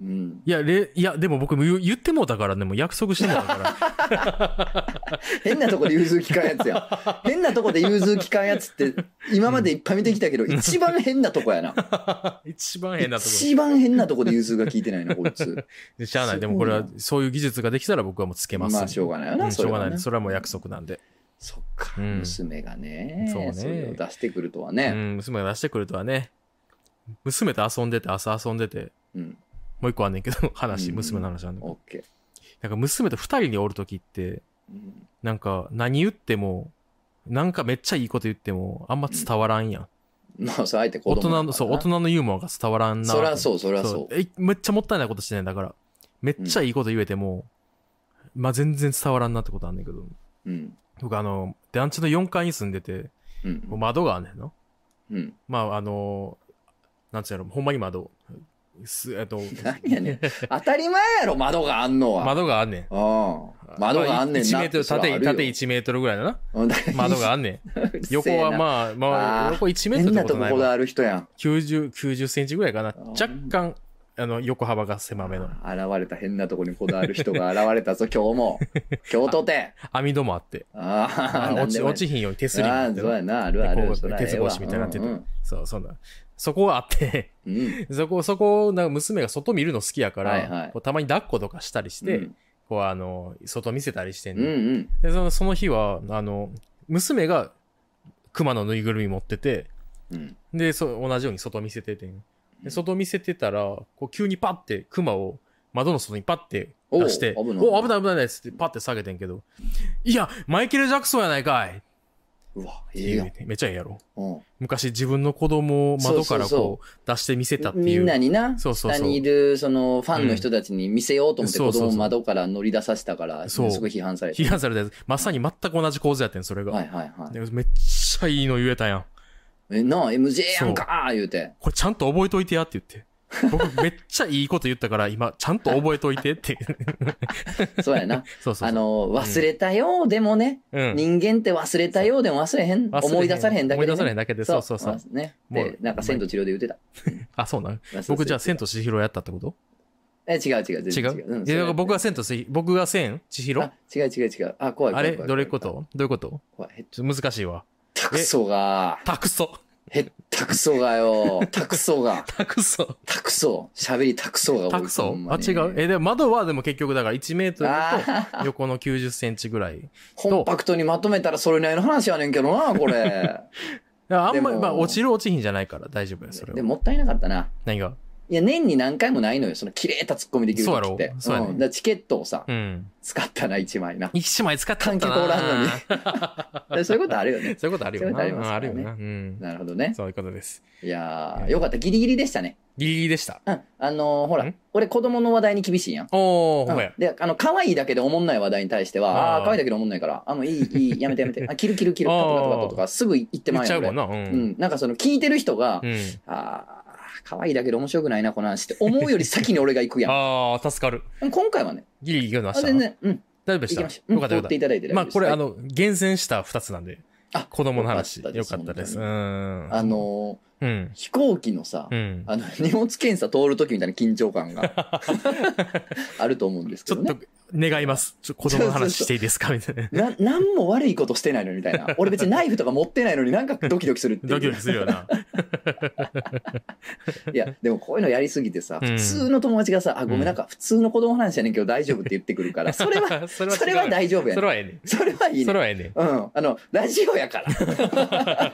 Speaker 1: うん。
Speaker 2: いや、れ、いや、でも僕も言う言ってもうたからね、もう約束してもうたから。
Speaker 1: <laughs> 変なとこで融通きかんやつや
Speaker 2: <laughs>
Speaker 1: ん。変なとこで融通きかんやつって、今までいっぱい見てきたけど、一番変なとこやな。
Speaker 2: 一番 <laughs> 変なとこ
Speaker 1: 一番変なとこで融通が効いてないな、こいつ。
Speaker 2: ろ。しゃあな
Speaker 1: すごいな
Speaker 2: い。でもこれは、そういう技術ができたら僕はもうつけます。
Speaker 1: まあ、しょうがないよ
Speaker 2: う
Speaker 1: な、
Speaker 2: んし
Speaker 1: そ
Speaker 2: ょ
Speaker 1: れ
Speaker 2: う
Speaker 1: は
Speaker 2: がない。
Speaker 1: ね
Speaker 2: それはもう約束なんで。
Speaker 1: そっか、
Speaker 2: うん
Speaker 1: 娘がね、
Speaker 2: そうね
Speaker 1: それを出してくるとは
Speaker 2: う
Speaker 1: ね。
Speaker 2: ん、娘が出してくるとはね。娘と遊んでて、朝遊んでて、
Speaker 1: うん。
Speaker 2: もう一個あんねんけど、話、
Speaker 1: うん
Speaker 2: 娘の話なんだけ
Speaker 1: オッ
Speaker 2: ど。
Speaker 1: ケー。
Speaker 2: なんか娘と二人でおるときって、
Speaker 1: うん
Speaker 2: なんか何言っても、なんかめっちゃいいこと言っても、あんま伝わらんやん。
Speaker 1: まあ、そう、相手子
Speaker 2: 大
Speaker 1: 供だから
Speaker 2: 人の、そう、大人のユーモアが伝わらんな。
Speaker 1: そらそう、そらそう。
Speaker 2: えめっちゃもったいないことしてないだからめっちゃいいこと言えても、まあ全然伝わらんなってことあんねんけど
Speaker 1: うん。
Speaker 2: 僕あの団地の4階に住んでて
Speaker 1: う。
Speaker 2: こうん窓があんねんの
Speaker 1: うん。
Speaker 2: まああのなんつうやろほんまに窓すえっと
Speaker 1: <laughs> 何やねん。当たり前やろ、窓があんのは。
Speaker 2: 窓があんねん
Speaker 1: うん。窓があんねんな。
Speaker 2: 1メートル縦縦1メートルぐらいだな
Speaker 1: <laughs>
Speaker 2: 窓があんねん横は
Speaker 1: あ、
Speaker 2: まあま
Speaker 1: あ
Speaker 2: あ
Speaker 1: ー
Speaker 2: 横1メー
Speaker 1: 変
Speaker 2: トルっ
Speaker 1: な
Speaker 2: てこととない
Speaker 1: こで
Speaker 2: わ
Speaker 1: ある人やん。
Speaker 2: 90, 90センチぐらいかな
Speaker 1: ー
Speaker 2: 若干あの横幅が狭めの
Speaker 1: 現れた変なとこにこだわる人が現れた
Speaker 2: <laughs>
Speaker 1: ぞ、今日も。今日とて。
Speaker 2: 網戸もあって
Speaker 1: ああ、
Speaker 2: 落ち落
Speaker 1: ち。
Speaker 2: ちひんように手すりみ
Speaker 1: ああ、
Speaker 2: たい
Speaker 1: そう
Speaker 2: な
Speaker 1: やな、あるある
Speaker 2: こ。う
Speaker 1: そら
Speaker 2: 鉄格子みたいになってて
Speaker 1: ええわ
Speaker 2: そう、そんな。そこはあって、
Speaker 1: うんうん。
Speaker 2: そこ、そこ、なんか娘が外見るの好きやから、
Speaker 1: はいはい
Speaker 2: こうたまに抱っことかしたりし
Speaker 1: うんう
Speaker 2: て、
Speaker 1: ん
Speaker 2: こう、あの、外見せたりしてん
Speaker 1: うん
Speaker 2: の、
Speaker 1: うん。
Speaker 2: でその、その日は、あの、娘が熊のぬいぐるみ持ってて、
Speaker 1: うん
Speaker 2: で、そ同じように外見せててんで外見せてたら、こう、急にパッて熊を窓の外にパッて出して、
Speaker 1: おう
Speaker 2: お
Speaker 1: 危
Speaker 2: 危
Speaker 1: ない
Speaker 2: ない危ない危ないっつってパッて下げてんけど、いや、マイケル・ジャクソンやないかい、
Speaker 1: うわ、
Speaker 2: って
Speaker 1: ええ
Speaker 2: 言
Speaker 1: や。
Speaker 2: うんてめっちゃええやろ。
Speaker 1: うん
Speaker 2: 昔自分の子供を窓か
Speaker 1: そ
Speaker 2: ら
Speaker 1: うそ
Speaker 2: こう出して見せたって
Speaker 1: み
Speaker 2: い
Speaker 1: んな
Speaker 2: う。
Speaker 1: にな、
Speaker 2: そうそうそう
Speaker 1: 下にいるそのファンの人たちに見せようと思って
Speaker 2: うん
Speaker 1: 子供
Speaker 2: そうそう
Speaker 1: を
Speaker 2: そう
Speaker 1: 窓から乗り出させたから、す
Speaker 2: そ
Speaker 1: ごいう批判されて
Speaker 2: 批。判されたやつ。まさに全く同じ構図やってん、それが。
Speaker 1: はいはいはい。
Speaker 2: でめっちゃいいの言えたやん。
Speaker 1: え、なあ、MJ やんかー言うて。
Speaker 2: これちゃんと覚えといてやって言って。僕めっちゃいいこと言ったから、今、ちゃんと覚えといてって。
Speaker 1: そうやな。
Speaker 2: <laughs> そうそうそう。
Speaker 1: あの、忘れたようでもね、
Speaker 2: うん、
Speaker 1: 人間って忘れたようでも忘れへん。
Speaker 2: 忘れへん
Speaker 1: 思い出されへんだけで、ね。
Speaker 2: 思い出されへんだけで、そうそうそう。
Speaker 1: まあね。
Speaker 2: もう
Speaker 1: で、なんか、千と千尋で言ってた。
Speaker 2: あ、そうなん
Speaker 1: 忘れて
Speaker 2: 僕じゃあ、千と千尋やったってこと
Speaker 1: え、違う違う。全
Speaker 2: 違
Speaker 1: 然違う。
Speaker 2: う
Speaker 1: うん
Speaker 2: いや、僕が千と千尋、僕が千千尋
Speaker 1: あ、違う違う違う。あ、怖い怖い
Speaker 2: あ
Speaker 1: 怖い
Speaker 2: れ
Speaker 1: 怖い
Speaker 2: どれことどういうこと
Speaker 1: 怖い。へ
Speaker 2: ちょっと難しいわ。
Speaker 1: ったくそが。
Speaker 2: たくそ。
Speaker 1: へったくそがよ。
Speaker 2: <laughs>
Speaker 1: たくそが。
Speaker 2: たくそ。
Speaker 1: たくそ。喋りたくそが多い。
Speaker 2: たくそ
Speaker 1: ほんま
Speaker 2: あ、
Speaker 1: に
Speaker 2: 違う。え、でも窓はでも結局だから1メートル
Speaker 1: あ
Speaker 2: と
Speaker 1: ー
Speaker 2: 横の90センチぐらい。
Speaker 1: コンパクトにまとめたらそれなりの話やねんけど
Speaker 2: <laughs>
Speaker 1: な、これ。
Speaker 2: ああんまり、
Speaker 1: でも
Speaker 2: まあ、落ちる落ちひんじゃないから大丈夫や、それ
Speaker 1: で
Speaker 2: は。
Speaker 1: もったいなかったな。
Speaker 2: 何が
Speaker 1: いや、年に何回もないのよ。その綺麗なツッコミできる時って。
Speaker 2: そうやろそうやね
Speaker 1: んだからチケットをさ、
Speaker 2: うん。
Speaker 1: 使ったな、一枚な。
Speaker 2: <laughs> 一枚使ったん
Speaker 1: 観
Speaker 2: だ
Speaker 1: 客
Speaker 2: な
Speaker 1: おらんのに。でそういうことあるよね。
Speaker 2: そういうことあるよな。
Speaker 1: そういうこと
Speaker 2: あ
Speaker 1: あ
Speaker 2: る
Speaker 1: り
Speaker 2: よ
Speaker 1: ますからね
Speaker 2: な。うん。
Speaker 1: なるほどね。
Speaker 2: そういうことです。
Speaker 1: いやー、よかった。ギリギリでしたね。
Speaker 2: ギリギリでした。
Speaker 1: うん。あのーほら
Speaker 2: ん、
Speaker 1: 俺子供の話題に厳しいやん。
Speaker 2: おー、ほん
Speaker 1: う
Speaker 2: まや
Speaker 1: ん。で、あの、可愛いだけでおもんない話題に対しては、
Speaker 2: あ
Speaker 1: あ
Speaker 2: ー
Speaker 1: あー、可愛いだけでおもんないから、あ、もういい、いい、やめてやめて、あ、切る切る切る、
Speaker 2: あ
Speaker 1: カ
Speaker 2: ー
Speaker 1: ットカットカットとか、すぐ言って
Speaker 2: 言
Speaker 1: ま
Speaker 2: っ
Speaker 1: う
Speaker 2: ちゃ
Speaker 1: や、
Speaker 2: うんもん
Speaker 1: 俺。
Speaker 2: な。う。
Speaker 1: うんん。なんかその、聞いてる人が
Speaker 2: う、ん。
Speaker 1: ああ、可愛いだけど面白くないな、この話って思うより先に俺が行くやん。
Speaker 2: <laughs> あー、助かる。
Speaker 1: でも今回はね、
Speaker 2: ギリギリ行きま
Speaker 1: あ
Speaker 2: した。
Speaker 1: 全
Speaker 2: 大
Speaker 1: 然、うん、
Speaker 2: 丈夫
Speaker 1: 行
Speaker 2: でし
Speaker 1: き
Speaker 2: た。
Speaker 1: ました。う
Speaker 2: よ
Speaker 1: ん、
Speaker 2: かっ
Speaker 1: 通
Speaker 2: たよ
Speaker 1: っ
Speaker 2: かって
Speaker 1: いただいて
Speaker 2: た。まあ、これ、
Speaker 1: の、
Speaker 2: あの、厳選した2つなんで
Speaker 1: あ。
Speaker 2: 子供の話。よ
Speaker 1: よか
Speaker 2: かっ
Speaker 1: ったた
Speaker 2: で。
Speaker 1: ですす
Speaker 2: うん。
Speaker 1: あ、の
Speaker 2: うん
Speaker 1: ー。飛行機のさ、
Speaker 2: うん。
Speaker 1: あの、荷物検査通るときみたいな緊張感
Speaker 2: <laughs>
Speaker 1: があると思うんですけ
Speaker 2: ちょ
Speaker 1: ど
Speaker 2: っと
Speaker 1: ね。、
Speaker 2: 願います。ちょ子供の話していいですかみたいな。
Speaker 1: な、何も悪いことしてないのにみたいな。俺別にナイフとか持ってないのになんかドキドキするっていう。
Speaker 2: ドキドキするよな。
Speaker 1: いや、でもこういうのやりすぎてさ、
Speaker 2: うん
Speaker 1: 普通の友達がさ、あ、ごめ
Speaker 2: うん
Speaker 1: ん、なんか普通の子供の話やねんけど大丈夫って言ってくる <laughs> から、それは、
Speaker 2: <laughs> そ
Speaker 1: それは
Speaker 2: 丈
Speaker 1: 大丈夫や
Speaker 2: それ
Speaker 1: ね
Speaker 2: はええね
Speaker 1: それはいい
Speaker 2: ん。そ
Speaker 1: ね
Speaker 2: れ。はええねん。
Speaker 1: うん。あの、ラジオや <laughs> から。ラ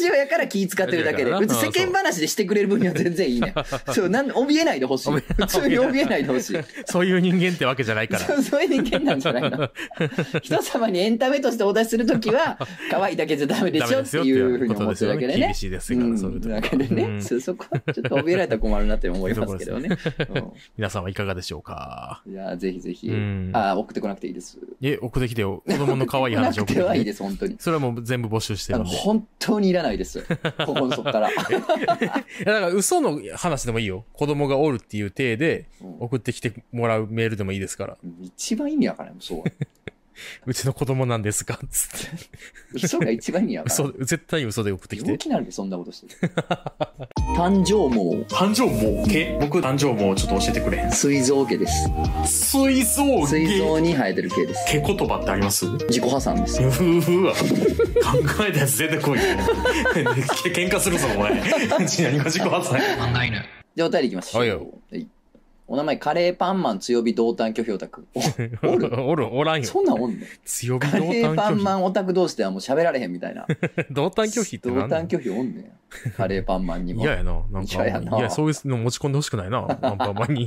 Speaker 1: ジオやから気使ってるだけで。
Speaker 2: ラジオや
Speaker 1: 別
Speaker 2: から
Speaker 1: に
Speaker 2: な
Speaker 1: 世間話でしてくれる分には全然いいね。そう、なん、怯えないでほしい。普通に怯えないでほしい。
Speaker 2: そういう人間ってわけじゃないか
Speaker 1: そうそういう人間なんじゃない <laughs> の人様にエンタメとしてお出しするときは、可愛いだけじゃダメで
Speaker 2: ら。
Speaker 1: しょっていうふうに思ってるだけで
Speaker 2: 厳
Speaker 1: ね。
Speaker 2: しいです
Speaker 1: う
Speaker 2: から、そうい
Speaker 1: ん、
Speaker 2: うとこ
Speaker 1: だけで
Speaker 2: う
Speaker 1: ね、
Speaker 2: ん
Speaker 1: そうそこはちょっと怯えられたら困るなって思いますけどね。
Speaker 2: 皆さんはいかがでしょうか
Speaker 1: うんいや、ぜひぜひ、
Speaker 2: うん
Speaker 1: あ送ってこなくていいです。
Speaker 2: え、送ってきてよ。子供の可愛い話
Speaker 1: 送
Speaker 2: を
Speaker 1: って
Speaker 2: 送
Speaker 1: こなくてはいい
Speaker 2: て。
Speaker 1: です、本当に。
Speaker 2: それはもう全部募集して
Speaker 1: あ
Speaker 2: る
Speaker 1: の
Speaker 2: んで。
Speaker 1: 本当にいらないです。ここの底から。
Speaker 2: いやだから嘘の話でもいいよ。子供がおるっていう体で
Speaker 1: うん
Speaker 2: 送ってきてもらうメールでもいいですから。
Speaker 1: 一番意味わからん、そう。
Speaker 2: うちの子供なんですかつって。
Speaker 1: <laughs> 嘘が一番意味わ
Speaker 2: <laughs>
Speaker 1: からん
Speaker 2: 嘘、。絶対に嘘で送ってきて
Speaker 1: 病。気なるで、そんなことして。 <laughs> 誕生毛、
Speaker 2: 誕生も毛僕誕生もちょっと教えてくれへん
Speaker 1: 膵臓毛です。
Speaker 2: 水槽
Speaker 1: 膵臓に生えてる毛です。
Speaker 2: 毛言葉ってありますう
Speaker 1: 自己破産です。
Speaker 2: ーわ考えたやつ出てこいよ喧嘩するぞお前うち何が自己発散
Speaker 3: 漫画犬
Speaker 1: じゃあお便りいきましょう。
Speaker 2: はいよ
Speaker 1: はいお名前、カレーパンマン強火同担拒否オタク。おおる
Speaker 2: <laughs> おるおらんよ
Speaker 1: そんなんお
Speaker 2: <laughs>
Speaker 1: んの
Speaker 2: 強火
Speaker 1: カレー
Speaker 2: 同
Speaker 1: パ
Speaker 2: 担
Speaker 1: ンマ
Speaker 2: 拒
Speaker 1: ンオタク同士ではもう喋られへんみたい
Speaker 2: <laughs>
Speaker 1: な。
Speaker 2: 否同担拒否って
Speaker 1: 同
Speaker 2: 何な
Speaker 1: 担
Speaker 2: ん
Speaker 1: 拒否おんねん。カレーパンマンにも。
Speaker 2: 嫌やななんか
Speaker 1: 嫌やない
Speaker 2: やそういうの持ち込んでほしくないなアンパンマンに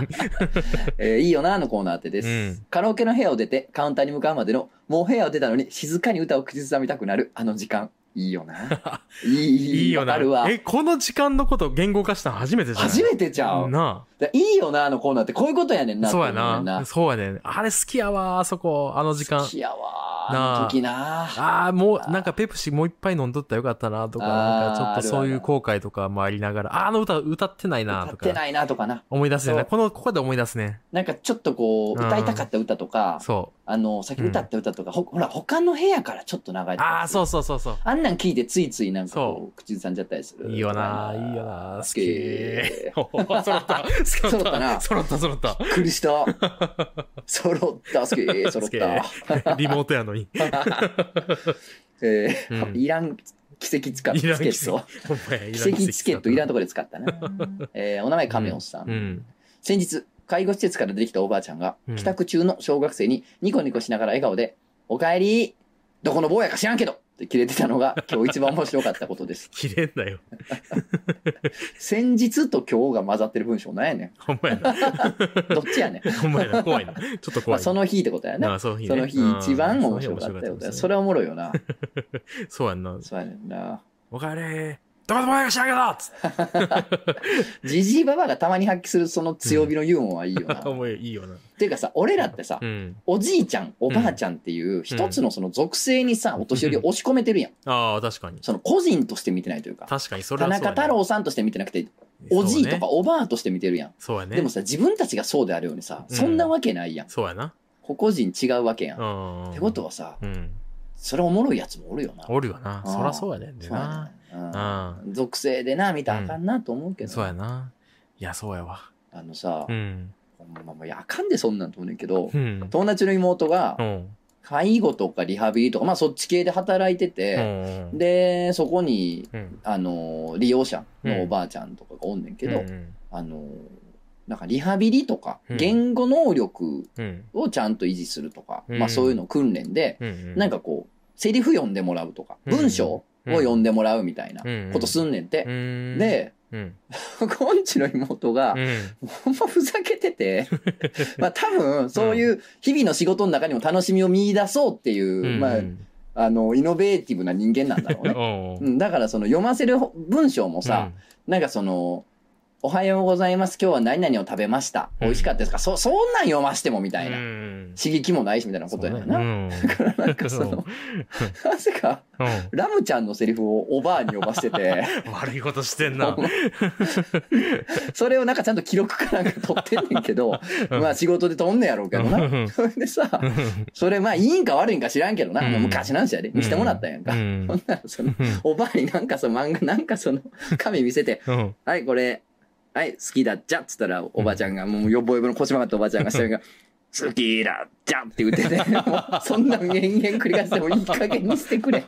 Speaker 1: えーいいよなのコーナーってです、
Speaker 2: うん
Speaker 1: カラオケの部屋を出てカウンターに向かうまでの、もう部屋を出たのに静かに歌を口ずさみたくなるあの時間。いいよ
Speaker 2: <laughs>
Speaker 1: な。いい、
Speaker 2: い
Speaker 1: <laughs> いい、
Speaker 2: いよ
Speaker 1: わ
Speaker 2: な
Speaker 1: かるわ。
Speaker 2: えこの時間のこと言語化したの初めてじゃない
Speaker 1: 初めてちゃう。
Speaker 2: な
Speaker 1: だいいよなのコーナーってこういうことやねん
Speaker 2: あ
Speaker 1: な。
Speaker 2: そうや
Speaker 1: って思ねん
Speaker 2: なそうやねあれ好きやわあそこあの時間
Speaker 1: 好きやわ。
Speaker 2: なあ
Speaker 1: あの時な。
Speaker 2: ああ、もう、なんかペプシもう一杯飲んどったらよかったなとか、
Speaker 1: あー
Speaker 2: なんかちょっとそういう後悔とかもありながら、あーあの歌歌ってないな
Speaker 1: 歌
Speaker 2: と
Speaker 1: って
Speaker 2: か、
Speaker 1: ないなとかな。
Speaker 2: 思い出す
Speaker 1: そ
Speaker 2: ね。
Speaker 1: う
Speaker 2: この、ここで思い出すね。
Speaker 1: なんかちょっとこう、
Speaker 2: うん
Speaker 1: 歌いたかった歌とか、
Speaker 2: そ
Speaker 1: あの、さっき歌った歌とか、ほほら、他の部屋からちょっと流れて。
Speaker 2: う。ああ、そううそうそうそ
Speaker 1: あんなん聞いてついついなんか
Speaker 2: そ
Speaker 1: こう、口ずさんじゃったりす
Speaker 2: う。
Speaker 1: る。
Speaker 2: いいよな、いいよな、好き。揃った、
Speaker 1: 揃
Speaker 2: 揃
Speaker 1: っ
Speaker 2: ったた、
Speaker 1: な
Speaker 2: 揃った、揃った。
Speaker 1: びっくり
Speaker 2: <laughs>
Speaker 1: した。揃った、好き、揃った。 <laughs>
Speaker 2: リモートやのに。
Speaker 1: えー
Speaker 2: うん
Speaker 1: いらん奇跡使った
Speaker 2: いらん
Speaker 1: チケット。
Speaker 2: ほんまやい
Speaker 1: 奇跡チケットいらん
Speaker 2: ん
Speaker 1: とこで使ったな。えーお名前、亀尾さん。
Speaker 2: うん。
Speaker 1: 先日、介護施設から出てきたおばあちゃんが
Speaker 2: うん、
Speaker 1: 帰宅中の小学生にニコニコしながら笑顔で、おかえりどこの坊やか知らんけどってキレてたの
Speaker 2: <laughs>
Speaker 1: が今日一番面白かったことです。
Speaker 2: 綺麗だよ。
Speaker 1: 先日と今日が混ざってる文章なんやね
Speaker 2: ほんまやな。 <laughs>
Speaker 1: ん。どっちやねん。
Speaker 2: ほんまやな。怖いな。ちょっと
Speaker 1: ま
Speaker 2: 怖
Speaker 1: あ、
Speaker 2: い。
Speaker 1: その日ってことや
Speaker 2: な
Speaker 1: な。
Speaker 2: あその日ね
Speaker 1: その日一番面白かったよ
Speaker 2: うんその日面白かったですね
Speaker 1: それはおもろいよな。
Speaker 2: そうやんな。
Speaker 1: そうやねんな。
Speaker 2: おかえりどこでもやがしやがらっつって。
Speaker 1: ジジイババアがたまに発揮するその強火のユーモアはいいよな。っ
Speaker 2: 思いいいよな。
Speaker 1: ていうかさ、俺らってさ
Speaker 2: う、ん。
Speaker 1: おじいちゃん、おばあちゃんっていう一つのその属性にさ、お年寄りを押し込めてるやん。
Speaker 2: ああ、確かに。
Speaker 1: その個人として見てないというか、
Speaker 2: 確かに、それ
Speaker 1: 田
Speaker 2: はそう
Speaker 1: 中
Speaker 2: やね
Speaker 1: 太郎さんとして見てなくて、おじいとかおばあとして見てるやん。
Speaker 2: そうやね。
Speaker 1: でもさ、自分たちがそうであるようにさ、
Speaker 2: うん
Speaker 1: そんなわけないやん。
Speaker 2: そうやな。
Speaker 1: 個々人違うわけやん。っ
Speaker 2: うん。
Speaker 1: てことはさ、
Speaker 2: うん。
Speaker 1: それおもろいやつもおるよな。
Speaker 2: おるよな。
Speaker 1: うん
Speaker 2: そらそうやねんで
Speaker 1: そうや
Speaker 2: な。
Speaker 1: な。うん属性でな、見たらあかんなと思うけど、
Speaker 2: そうやな。いや、そうやわ。
Speaker 1: あのさ、
Speaker 2: うん。
Speaker 1: ほんまもういやあかんでそんなんと思うねんけど、
Speaker 2: うん。
Speaker 1: 友達の妹が
Speaker 2: う、ん。
Speaker 1: 介護とかリハビリとか、まあそっち系で働いてて、
Speaker 2: うん。
Speaker 1: で、そこに
Speaker 2: うん。
Speaker 1: あの利用者のおばあちゃんとかがおんねんけど、
Speaker 2: うん
Speaker 1: あのなんかリハビリとか
Speaker 2: うん
Speaker 1: 言語能力
Speaker 2: うん。
Speaker 1: をちゃんと維持するとか、
Speaker 2: うん
Speaker 1: まあ、そういうのを訓練で、
Speaker 2: うん。
Speaker 1: なんかこうセリフ読んでもらうとか、
Speaker 2: うん
Speaker 1: 文章を読んでもらうみたいなことすんねんて。
Speaker 2: うん、
Speaker 1: で、
Speaker 2: うん、
Speaker 1: こんちの妹が
Speaker 2: う、ん、
Speaker 1: ほんまふざけて
Speaker 2: <laughs>
Speaker 1: て、まあ多分、そういう日々の仕事の中にも楽しみを見出そうっていう、
Speaker 2: うん
Speaker 1: まあ
Speaker 2: う、ん
Speaker 1: あの、イノベーティブな人間なんだろうね。
Speaker 2: <laughs> おう
Speaker 1: うん、だからその読ませる文章もさ、なんかその、おはようございます。今日は何々を食べました。
Speaker 2: うん
Speaker 1: 美味しかったですか、そ、そんなん読ましてもみたいな。
Speaker 2: うん、
Speaker 1: 刺激もないしみたいなことやねんな。 <laughs>
Speaker 2: そうね
Speaker 1: だからなんかその、なぜか、
Speaker 2: うん
Speaker 1: ラムちゃんのセリフをおばあに読ませてて、
Speaker 2: うん悪いことしてんな。
Speaker 1: <laughs> それをなんかちゃんと記録かなんか取ってんねんけど、まあ仕事で取んねやろうけど
Speaker 2: う
Speaker 1: な。
Speaker 2: ん
Speaker 1: それ <laughs> でさ、それまあいいんか悪いんか知らんけどな。
Speaker 2: うん
Speaker 1: もう昔なんしやで。見せてもらったやんか。
Speaker 2: うん
Speaker 1: ほんならその、おばあになんかその漫画、なんかそ <laughs> の、紙見せて、
Speaker 2: うん
Speaker 1: はい、これ、はい、好きだっちゃっつったら、おばちゃんが、もう、よぼよぼの腰曲がったおばちゃんが、下が、好きだっちゃって言ってて、もうそんなん延々繰り返しても、いい加減にしてく <laughs> れ。いい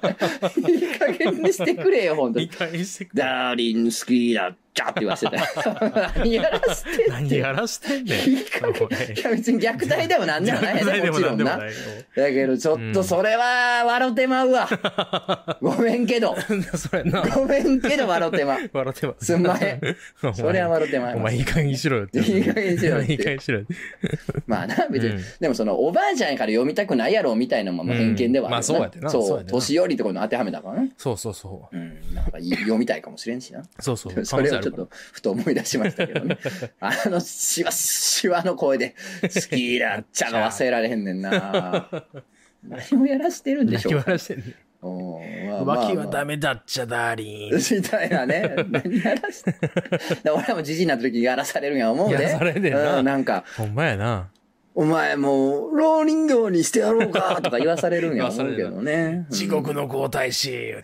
Speaker 1: 加減にしてくれよ、本当
Speaker 2: 理
Speaker 1: に。
Speaker 2: 解してくれ
Speaker 1: ダーリン好きだっちゃって言わせてた。 <laughs> 何やらしてん
Speaker 2: 何
Speaker 1: ねん
Speaker 2: やらしてんねん。
Speaker 1: いい加減いや、別に虐待でもなんでもないや
Speaker 2: 何
Speaker 1: で、
Speaker 2: で
Speaker 1: も
Speaker 2: も
Speaker 1: ち
Speaker 2: な
Speaker 1: ろ
Speaker 2: ん
Speaker 1: ん
Speaker 2: でも
Speaker 1: な。
Speaker 2: な
Speaker 1: だ
Speaker 2: いよ。
Speaker 1: けど、ちょっとそれは、笑ってまう <laughs> わ。ごめんけど。
Speaker 2: それな。
Speaker 1: ごめんけど、笑ってま
Speaker 2: <laughs>
Speaker 1: う。
Speaker 2: 笑ってます。
Speaker 1: すんまへん。
Speaker 2: <laughs> お前
Speaker 1: それは笑ってまう。
Speaker 2: お前いい加減にしろよって。
Speaker 1: いい加減にしろよって
Speaker 2: いい加減にしろよって
Speaker 1: まあな、別に、
Speaker 2: うん
Speaker 1: でもその、おばあちゃんやから読みたくないやろみたいなのもまあ偏見ではあるよな、
Speaker 2: うんまあそうやってなそうやってな
Speaker 1: 年寄りってことの当てはめたからね。
Speaker 2: そうそうそ
Speaker 1: うん、なんかいい読みたいかもしれんしな。
Speaker 2: <laughs> う。そうそう。
Speaker 1: それをちょっ
Speaker 2: 可能性あるから
Speaker 1: とふと思い出しましたけど
Speaker 2: <laughs>
Speaker 1: ね。あの、しわ、しわの声で、好きだっちゃが忘れられへんねん
Speaker 2: <laughs>
Speaker 1: な。何をやらしてるんでし
Speaker 2: 何
Speaker 1: ょ
Speaker 2: や
Speaker 1: うか。
Speaker 2: らしてんねん。
Speaker 1: うんまあまあまあ
Speaker 4: 脇はダメだっちゃ、ダーリン。
Speaker 1: みたいなね。何やら
Speaker 2: <laughs>
Speaker 1: して。だから俺らもじじいになった時やらされるんや思う
Speaker 2: やら
Speaker 1: ね
Speaker 2: さ。れんねんな
Speaker 1: うん、なんか、
Speaker 2: ほんまやな。
Speaker 1: お前もう、老人形にしてやろうかとか言わされるんや思うけどね。
Speaker 4: 地獄の皇太子。言う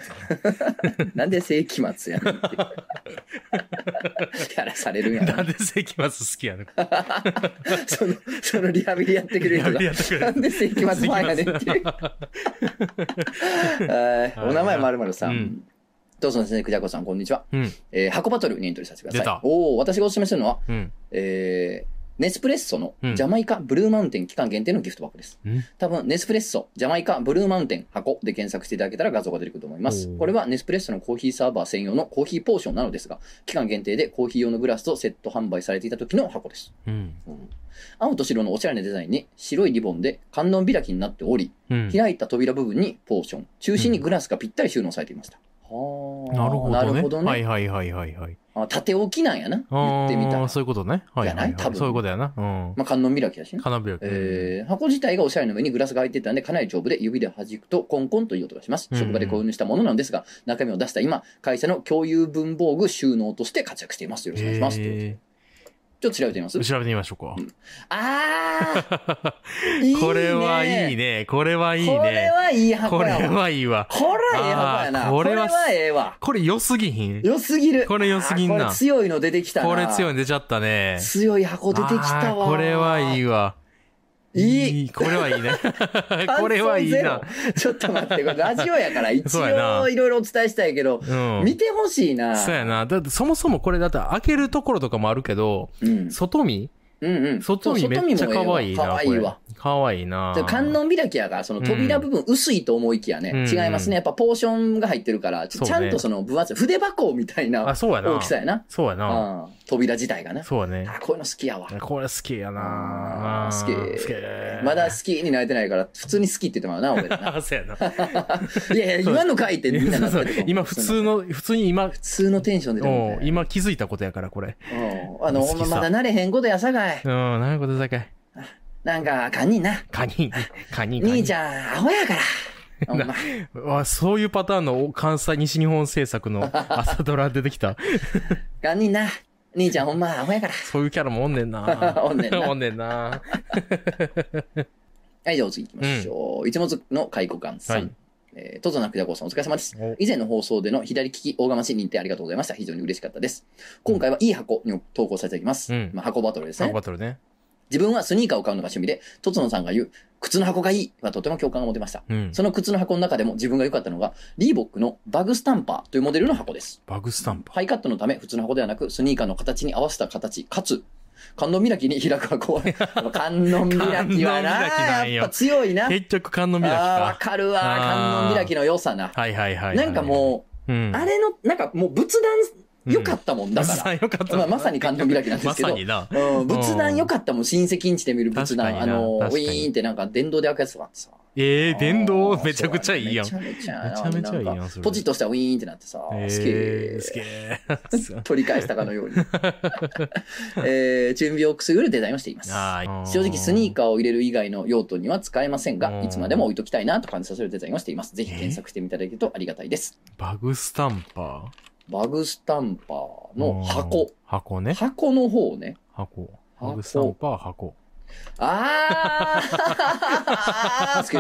Speaker 4: て
Speaker 1: うんなんで世紀末やねんっていう。やらされるんや
Speaker 2: な
Speaker 1: な。
Speaker 2: んで世紀
Speaker 1: <laughs>
Speaker 2: 末好きやねん。
Speaker 1: その、そのリハビリやってくれる人
Speaker 2: リハビリや
Speaker 1: が
Speaker 2: ってくれ。る
Speaker 1: なんで世紀末ファンやねん
Speaker 2: <laughs>
Speaker 1: っていう。はいお名前まるまるさ
Speaker 2: うんん。
Speaker 1: どうぞ先生、くじゃこさん、こんにちは。
Speaker 2: うん。
Speaker 1: えー、箱バトルにエントリーさせてくださ
Speaker 2: 出
Speaker 1: い
Speaker 2: た。
Speaker 1: おお私がお勧めするのは、
Speaker 2: うん。
Speaker 1: えーネスプレッソの
Speaker 2: うん
Speaker 1: ジャマイカブルーマウンテン期間限定のギフト箱です。
Speaker 2: うん
Speaker 1: 多分、ネスプレッソジャマイカブルーマウンテン箱で検索していただけたら画像が出てくると思います
Speaker 2: お。ー
Speaker 1: これはネスプレッソのコーヒーサーバー専用のコーヒーポーションなのですが、期間限定でコーヒー用のグラスとセット販売されていた時の箱です。
Speaker 2: うん。
Speaker 1: うん青と白のおしゃれなデザインに白いリボンで観音開きになっており、
Speaker 2: うん。
Speaker 1: 開いた扉部分にポーション、中心にグラスがぴったり収納されていました。はあ
Speaker 2: なるほどね。
Speaker 1: なるほどね。
Speaker 2: はいはいはいはいはい。
Speaker 1: あ縦置きなんやな。言
Speaker 2: あ
Speaker 1: ってみた
Speaker 2: あ、
Speaker 1: ら。
Speaker 2: そういうことね。はいはい、
Speaker 1: じゃない多
Speaker 2: はい。
Speaker 1: 分
Speaker 2: そういうことやな。うん。
Speaker 1: まあ、観音開きだしね。
Speaker 2: 花火を。
Speaker 1: えー箱自体がおしゃれな上にグラスが入っていたのでかなり丈夫で指で弾くとコンコンという音がします、
Speaker 2: うん
Speaker 1: 職場で購入したものなんですが中身を出した今会社の共有文房具収納として活躍していますよろしくお願いします、という
Speaker 2: え
Speaker 1: ことでちょっと調べてみます
Speaker 2: ー、調べてみましょうか。
Speaker 1: あーいいね
Speaker 2: <laughs> これはいいね。これはいい
Speaker 1: これ
Speaker 2: ね。
Speaker 1: はいい箱
Speaker 2: これ
Speaker 1: やわ
Speaker 2: はいいわ。
Speaker 1: これはええ箱やな
Speaker 2: あー
Speaker 1: こ
Speaker 2: こ
Speaker 1: れ
Speaker 2: れは
Speaker 1: はええわ
Speaker 2: これ良すぎひん。
Speaker 1: 良すぎる
Speaker 2: これ良すぎんな
Speaker 1: あーこれ強いの出てきたな
Speaker 2: これ強いの出ちゃったね。
Speaker 1: 強い箱出てきたわ
Speaker 2: あーこれはいいわ。
Speaker 1: いい
Speaker 2: これはいいね。これはいいな
Speaker 1: <laughs> 感。想ゼロ。ちょっと待って、これラジオやから一
Speaker 2: <laughs> そうや
Speaker 1: 応
Speaker 2: ない
Speaker 1: ろいろお伝えしたいけど、
Speaker 2: うん。
Speaker 1: 見てほしいな。
Speaker 2: そうやな。だってそもそもこれだって開けるところとかもあるけど、
Speaker 1: うん。
Speaker 2: 外見
Speaker 1: うんうん。
Speaker 2: 外見めっちゃ可愛いな。
Speaker 1: 可愛いわ
Speaker 2: こ。れ。可愛いな。
Speaker 1: で観音開きやから、その扉部分薄いと思いきやね、
Speaker 2: うん
Speaker 1: 違いますね。やっぱポーションが入ってるから、ち,、
Speaker 2: そう
Speaker 1: ち
Speaker 2: ね
Speaker 1: ゃんとその分厚い、筆箱みたい
Speaker 2: あ、
Speaker 1: な
Speaker 2: そうやな。
Speaker 1: 大きさやな。
Speaker 2: そうやな。
Speaker 1: うん、扉自体がな。
Speaker 2: そうやね。
Speaker 1: あこういうの好きやわ。
Speaker 2: これ好きやな
Speaker 1: あ。ー好き
Speaker 2: 好き。
Speaker 1: まだ好きになれてないから、普通に好きって言ってもらうな、俺
Speaker 2: <laughs>
Speaker 1: な。
Speaker 2: あ、 <laughs> そうやな。
Speaker 1: いやいや、今の書いて <laughs> みんななっ
Speaker 2: そ
Speaker 1: た
Speaker 2: う
Speaker 1: け
Speaker 2: そう
Speaker 1: ど
Speaker 2: <laughs> 今普通の、普通に今、
Speaker 1: 普通のテンションで
Speaker 2: おう
Speaker 1: ね。
Speaker 2: 今気づいたことやから、これ。
Speaker 1: うん。あの、
Speaker 2: 好きさ
Speaker 1: ほんままだ慣れへんことやさかい。
Speaker 2: うん、なるほど、だけ。
Speaker 1: なんか、あかんにんな。
Speaker 2: カニ、カニ、カニ。
Speaker 1: 兄ちゃん、アホやから。ほんま
Speaker 2: わそういうパターンの関西、西日本制
Speaker 1: <laughs>
Speaker 2: 作の朝ドラ出てきた。
Speaker 1: あかんにんな。兄ちゃん、ほんま、アホやから。
Speaker 2: そういうキャラもおんねんな。
Speaker 1: <laughs> おんねんな
Speaker 2: おんねんな。
Speaker 1: はい、じゃあお次行きましょう。いつもずの解雇官さん。
Speaker 2: はい
Speaker 1: えー、とぞなくじゃこうさんお疲れ様です
Speaker 2: お。
Speaker 1: 以前の放送での左利き大釜市認定ありがとうございました。非常に嬉しかったです。今回はいい箱に投稿させていただきます。
Speaker 2: うん
Speaker 1: まあ、箱バトルです
Speaker 2: サン
Speaker 1: ね。
Speaker 2: バトルね。
Speaker 1: 自分はスニーカーを買うのが趣味で、とつのさんが言う、靴の箱がいいはとても共感が持てました。
Speaker 2: うん。
Speaker 1: その靴の箱の中でも自分が良かったのが、リーボックのバグスタンパーというモデルの箱です。
Speaker 2: バグスタンプ。
Speaker 1: ハイカットのため、普通の箱ではなく、スニーカーの形に合わせた形、かつ、観音開きに開く箱
Speaker 2: <laughs>
Speaker 1: は、やっぱ観音開きは
Speaker 2: 観音開きな
Speaker 1: な、
Speaker 2: んよ
Speaker 1: やっぱ強いな。
Speaker 2: 結局、観音開き
Speaker 1: ああー、わ
Speaker 2: か。
Speaker 1: かるわ。観音開きの良さな。
Speaker 2: はいはいはいはい。
Speaker 1: なんかも
Speaker 2: う、
Speaker 1: う、
Speaker 2: ん、
Speaker 1: あれの、なんかもう仏
Speaker 2: うん
Speaker 1: 壇良かったもんだ
Speaker 2: <laughs>
Speaker 1: から。
Speaker 2: よかった。
Speaker 1: まあまさに観音開きなんですけど
Speaker 2: まさにな。
Speaker 1: うん、仏壇良かったもん。親戚んちで見る仏
Speaker 2: 確
Speaker 1: 壇。
Speaker 2: か
Speaker 1: あ
Speaker 2: にな
Speaker 1: の、ウ
Speaker 2: 確かに
Speaker 1: ィーンってなんか電動で開くやつとかあってさ。
Speaker 2: ええー、電
Speaker 1: あ
Speaker 2: 動
Speaker 1: ー
Speaker 2: めちゃくちゃいいやん。
Speaker 1: そうねめちゃめちゃ
Speaker 2: めちゃめちゃいいやん
Speaker 1: なんか
Speaker 2: それ
Speaker 1: ポチッとしたらウィーンってなってさ、すげ
Speaker 2: え
Speaker 1: え
Speaker 2: ー、すげえ。
Speaker 1: <laughs> 取り返したかのよ
Speaker 2: <laughs>
Speaker 1: うに。えー、準備をくすぐるデザインをしています。正直スニー
Speaker 2: カ
Speaker 1: カーを入れる以外の用途には使えません
Speaker 2: う
Speaker 1: が、
Speaker 2: ん
Speaker 1: いつまでも置いときたいなと感じさせるデザインをしています。ぜひ検索してみただけるとありがたいです。
Speaker 2: ー。バグスタンパ
Speaker 1: バグスタンパー
Speaker 2: ー
Speaker 1: の箱。。
Speaker 2: 箱ね。
Speaker 1: 箱の方ね。
Speaker 2: 箱。
Speaker 1: 箱
Speaker 2: バグスタンパー箱。
Speaker 1: あー
Speaker 2: <laughs>
Speaker 1: 好き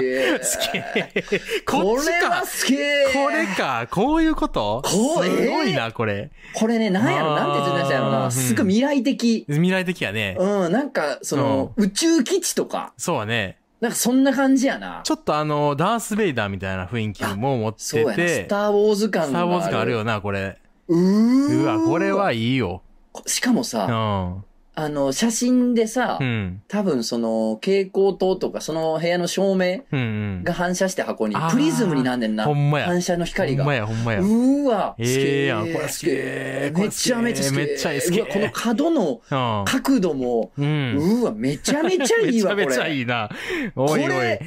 Speaker 2: すげ
Speaker 1: ー
Speaker 2: え。こ
Speaker 1: こ
Speaker 2: っち
Speaker 1: れは
Speaker 2: か
Speaker 1: 好。き
Speaker 2: これか。こういうこと
Speaker 1: こう
Speaker 2: すごいな、これ。
Speaker 1: これね、なんやろ
Speaker 2: あー
Speaker 1: なんて説明したらやろ
Speaker 2: う
Speaker 1: な。
Speaker 2: ん
Speaker 1: すごい未来的。
Speaker 2: 未来的やね。
Speaker 1: うん、なんか、その、宇宙基地とか、
Speaker 2: そうやね。
Speaker 1: なんかそんな感じやな。
Speaker 2: ちょっとあの、ダース・ベイダーみたいな雰囲気も持っ
Speaker 1: そう
Speaker 2: て
Speaker 1: やな。
Speaker 2: て、
Speaker 1: ス
Speaker 2: スタ
Speaker 1: タ
Speaker 2: ー・
Speaker 1: ー・ウォーズ感がある。
Speaker 2: ウォーズ感あるよな、これ。
Speaker 1: うー
Speaker 2: うわ、これはいいよ。
Speaker 1: しかも
Speaker 2: う
Speaker 1: さ、
Speaker 2: ん。
Speaker 1: あの、写真でさ
Speaker 2: う、ん。
Speaker 1: 多分その、蛍光灯とか、その部屋の照明
Speaker 2: うんうん。
Speaker 1: が反射して箱に
Speaker 2: あー、
Speaker 1: プリズムになんねんな
Speaker 2: ほ。んまや。
Speaker 1: 反射の光が。
Speaker 2: ほんま
Speaker 1: う
Speaker 2: や、ほんまや。
Speaker 1: ーわ、
Speaker 2: え
Speaker 1: すげ
Speaker 2: えやんこれすげえこ
Speaker 1: め
Speaker 2: れす
Speaker 1: ち
Speaker 2: げ
Speaker 1: ゃ
Speaker 2: え
Speaker 1: めちゃすげえ
Speaker 2: めっちゃいいすげえ
Speaker 1: うわこの角の角度も、
Speaker 2: う。
Speaker 1: うん
Speaker 2: う
Speaker 1: ー
Speaker 2: ん。
Speaker 1: わ、めちゃめちゃい
Speaker 2: め
Speaker 1: い
Speaker 2: ち
Speaker 1: わ、
Speaker 2: ゃ
Speaker 1: これ。
Speaker 2: <laughs> めちゃいいな。おい
Speaker 1: こ
Speaker 2: おい。
Speaker 1: れ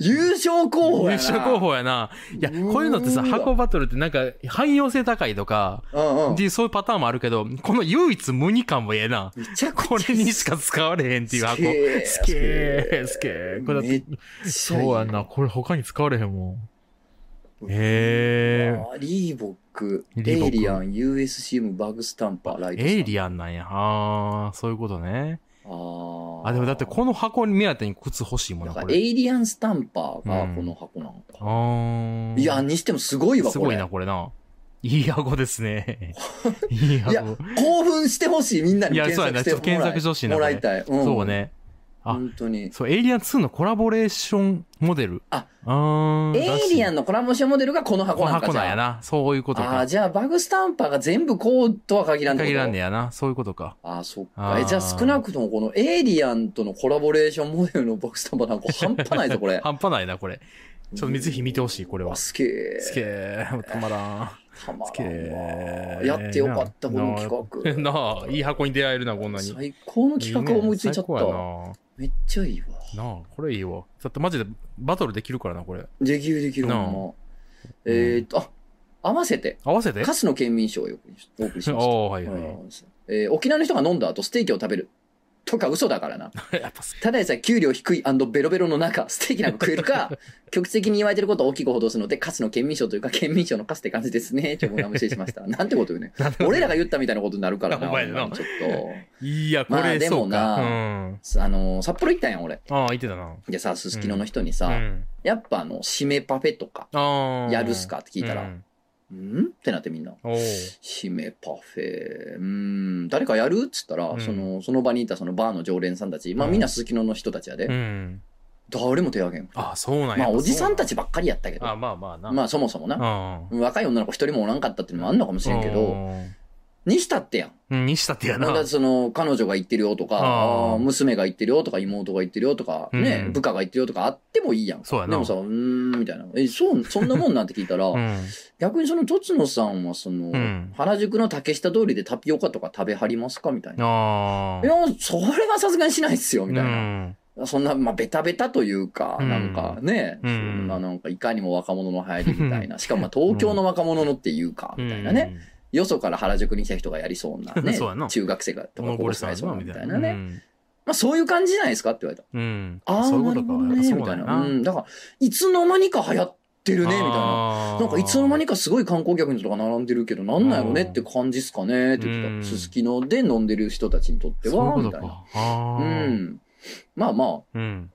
Speaker 1: 優勝候補
Speaker 2: 優
Speaker 1: やな。
Speaker 2: 勝候補やな。いや、こういうのってさ、
Speaker 1: うーわ
Speaker 2: 箱バトルってなんか、汎用性高いとか、
Speaker 1: うんうん
Speaker 2: って。いうそういうパターンもあるけど、この唯一無二感もええな。
Speaker 1: めちゃくちゃ
Speaker 2: これにしか使われへんっていう箱。
Speaker 1: すげえ
Speaker 2: すげえ、すげえ。これだって
Speaker 1: めっちゃいい
Speaker 2: そうやんな。これ他に使われへんもん。へ
Speaker 1: あーリーボック、
Speaker 2: リーボ
Speaker 1: エ
Speaker 2: ッ
Speaker 1: イ
Speaker 2: ク
Speaker 1: リアン、USCM、バグスタンパー、ライ
Speaker 2: え。
Speaker 1: トスタンパー。
Speaker 2: エイリアンなんや。あー、そういうことね。
Speaker 1: あー
Speaker 2: あ、でもだってこの箱に目当てに靴欲しいもん
Speaker 1: だ
Speaker 2: な、
Speaker 1: か
Speaker 2: こ
Speaker 1: らエ
Speaker 2: れ。
Speaker 1: イリアンスタンパー
Speaker 2: う
Speaker 1: が
Speaker 2: ん
Speaker 1: この箱なのか。
Speaker 2: あー。
Speaker 1: いや、にしてもすごいわ、
Speaker 2: す
Speaker 1: こ
Speaker 2: ご
Speaker 1: れ。
Speaker 2: いな、これな。いい箱です
Speaker 1: <laughs>
Speaker 2: ね。い
Speaker 1: い
Speaker 2: い
Speaker 1: や
Speaker 2: 箱。、
Speaker 1: 興奮してほしい、みんなに
Speaker 2: いや
Speaker 1: 検
Speaker 2: そう
Speaker 1: 索
Speaker 2: や
Speaker 1: してもら
Speaker 2: な
Speaker 1: い
Speaker 2: ちょっと検索してほしいな
Speaker 1: もらいたい。うん
Speaker 2: そう。ね。あ
Speaker 1: 本当に。
Speaker 2: そう、エイリアン2のコラボレーションモデル。
Speaker 1: あ、
Speaker 2: あー。
Speaker 1: エイリア
Speaker 2: ン
Speaker 1: ンのコラボションモデルがこの箱
Speaker 2: この
Speaker 1: なんか
Speaker 2: 箱
Speaker 1: じ
Speaker 2: なんや
Speaker 1: ゃあ。
Speaker 2: な。そういうこと
Speaker 1: あー
Speaker 2: か。
Speaker 1: じゃあバグスタンパーが全部こうとは限らんってこと
Speaker 2: 限らんねやな。そういうことか。
Speaker 1: ああ、そっ
Speaker 2: あ
Speaker 1: か。え、
Speaker 2: ー
Speaker 1: じゃあ少なくともこのエイリアンとのコラボレーションモデルのボックスタンバなんか半端ないぞ、
Speaker 2: <laughs>
Speaker 1: これ。
Speaker 2: 半端ないな、これ。ちょっとぜひ見てほしい、これは
Speaker 1: あ。すげえ。
Speaker 2: すげえ、たまらん。
Speaker 1: たます
Speaker 2: げ
Speaker 1: らん
Speaker 2: え
Speaker 1: わ。。やってよかった、この企
Speaker 2: <laughs> な
Speaker 1: 画。
Speaker 2: あなあ、いい箱に出会えるな、こんなに。
Speaker 1: 最高の企画を思いついちゃっ
Speaker 2: いいね最
Speaker 1: た。めっちゃいいわ。
Speaker 2: 高やななあ、これいいわ。だってマジでバトルできるからな、これ。
Speaker 1: できるできる、
Speaker 2: な
Speaker 1: ほ
Speaker 2: あ
Speaker 1: んま。えーっと、あ、合わせて、
Speaker 2: 合わせて
Speaker 1: カスの県民賞をお送りしお送りしました。
Speaker 2: おーはいは
Speaker 1: う
Speaker 2: い
Speaker 1: んえー沖縄の人が飲んだ後、ステーキを食べる。とか嘘だからな。
Speaker 2: <laughs> やっぱ
Speaker 1: ただでさえ給料低いベロベロの中、ステーキなんか食える
Speaker 2: <laughs>
Speaker 1: か、局地的に言われてることを大きく報道するので、カスの県民賞というか、県民賞のカスって感じです
Speaker 2: <laughs>
Speaker 1: ね。ちょっと無視しました。なんてこと言うね。俺らが言ったみたいなことになるからな。
Speaker 2: お前な
Speaker 1: ちょっ
Speaker 2: いや、こ
Speaker 1: まあ
Speaker 2: れ、
Speaker 1: で
Speaker 2: そ
Speaker 1: も
Speaker 2: う
Speaker 1: な
Speaker 2: か。うん。
Speaker 1: と。あのー、札幌行ったんやん、俺。
Speaker 2: ああ、言ってたな。
Speaker 1: でさ、すすきのの人にさ、
Speaker 2: うん。
Speaker 1: やっぱあの、締めパフェとか、
Speaker 2: ああ。
Speaker 1: やるっすかって聞いたら、
Speaker 2: う
Speaker 1: うんっ
Speaker 2: ん
Speaker 1: てなってみんな。
Speaker 2: おー
Speaker 1: 締めパフェ、うーん、誰かやるっつったら、
Speaker 2: うん
Speaker 1: その、その場にいたそのバーの常連さんたち、まあ
Speaker 2: うん
Speaker 1: みんなすすきのの人たちやで、
Speaker 2: うん。
Speaker 1: 誰も手挙げん。
Speaker 2: ああ、そうなんや。
Speaker 1: まあおじさんた
Speaker 2: ち。
Speaker 1: ちばっかりやったけど
Speaker 2: あ、まあまあな。
Speaker 1: まあそもそもな、
Speaker 2: あ、
Speaker 1: 若い女の子一人もおらんかったっていうのもあんのかもしれんけど、にしたってやん。
Speaker 2: うん、にしたってや
Speaker 1: ま
Speaker 2: な。
Speaker 1: だその、彼女が言ってるよとか、
Speaker 2: あー
Speaker 1: あー娘が言ってるよとか、妹が言ってるよとか、
Speaker 2: うん
Speaker 1: ね、部下が言ってるよとかあってもいいやん。
Speaker 2: そうやな
Speaker 1: でもさ、うーん、みたいな。え、そう、そんなもんなんて聞いたら、
Speaker 2: うん。
Speaker 1: 逆にその、とつのさんはその、
Speaker 2: うん
Speaker 1: 原宿の竹下通りでタピオカとか食べはりますかみたいな。
Speaker 2: あ
Speaker 1: い
Speaker 2: あ。
Speaker 1: や、それはさすがにしないっすよ、みたいな。
Speaker 2: うん。
Speaker 1: そんな、まあ、ベタベタというか、
Speaker 2: うん
Speaker 1: なんかね、
Speaker 2: うん
Speaker 1: そんななんかいかにも若者の流行りみた
Speaker 2: <laughs>
Speaker 1: いな、しかもまあ東京の若者のっていうか、みたいなね、よそから原宿に来た人がやりそうなね
Speaker 2: そうやな、
Speaker 1: 中学生がと
Speaker 2: う
Speaker 1: か
Speaker 2: ん。お
Speaker 1: 高
Speaker 2: のぼ
Speaker 1: 校
Speaker 2: り
Speaker 1: 生
Speaker 2: さ
Speaker 1: が
Speaker 2: ん
Speaker 1: やり
Speaker 2: や
Speaker 1: そうなみ
Speaker 2: な、みた
Speaker 1: た
Speaker 2: い
Speaker 1: い
Speaker 2: な
Speaker 1: な
Speaker 2: ね。
Speaker 1: ね、まあそういう感じじゃないですかって言われた。
Speaker 2: うん。うん。
Speaker 1: ああ、
Speaker 2: そういう
Speaker 1: な
Speaker 2: こ
Speaker 1: る
Speaker 2: とか。
Speaker 1: ほ
Speaker 2: や
Speaker 1: ど
Speaker 2: っぱ
Speaker 1: ね、
Speaker 2: そう
Speaker 1: み
Speaker 2: な
Speaker 1: たい
Speaker 2: んや
Speaker 1: な。
Speaker 2: な。
Speaker 1: うん、だから、いつの間にか流行ってるね、みたいな。
Speaker 2: あー
Speaker 1: なんかいつの間にかすごい観光客の人が並んでるけど、なんなんやろねって感じっすかねって言ってた。
Speaker 2: うん
Speaker 1: すすきので飲んでる人たちにとっては、
Speaker 2: そうい
Speaker 1: み
Speaker 2: うこ
Speaker 1: た
Speaker 2: と
Speaker 1: いな。
Speaker 2: か。あ
Speaker 1: う
Speaker 2: ー。
Speaker 1: ん。まあまあ、
Speaker 2: うん。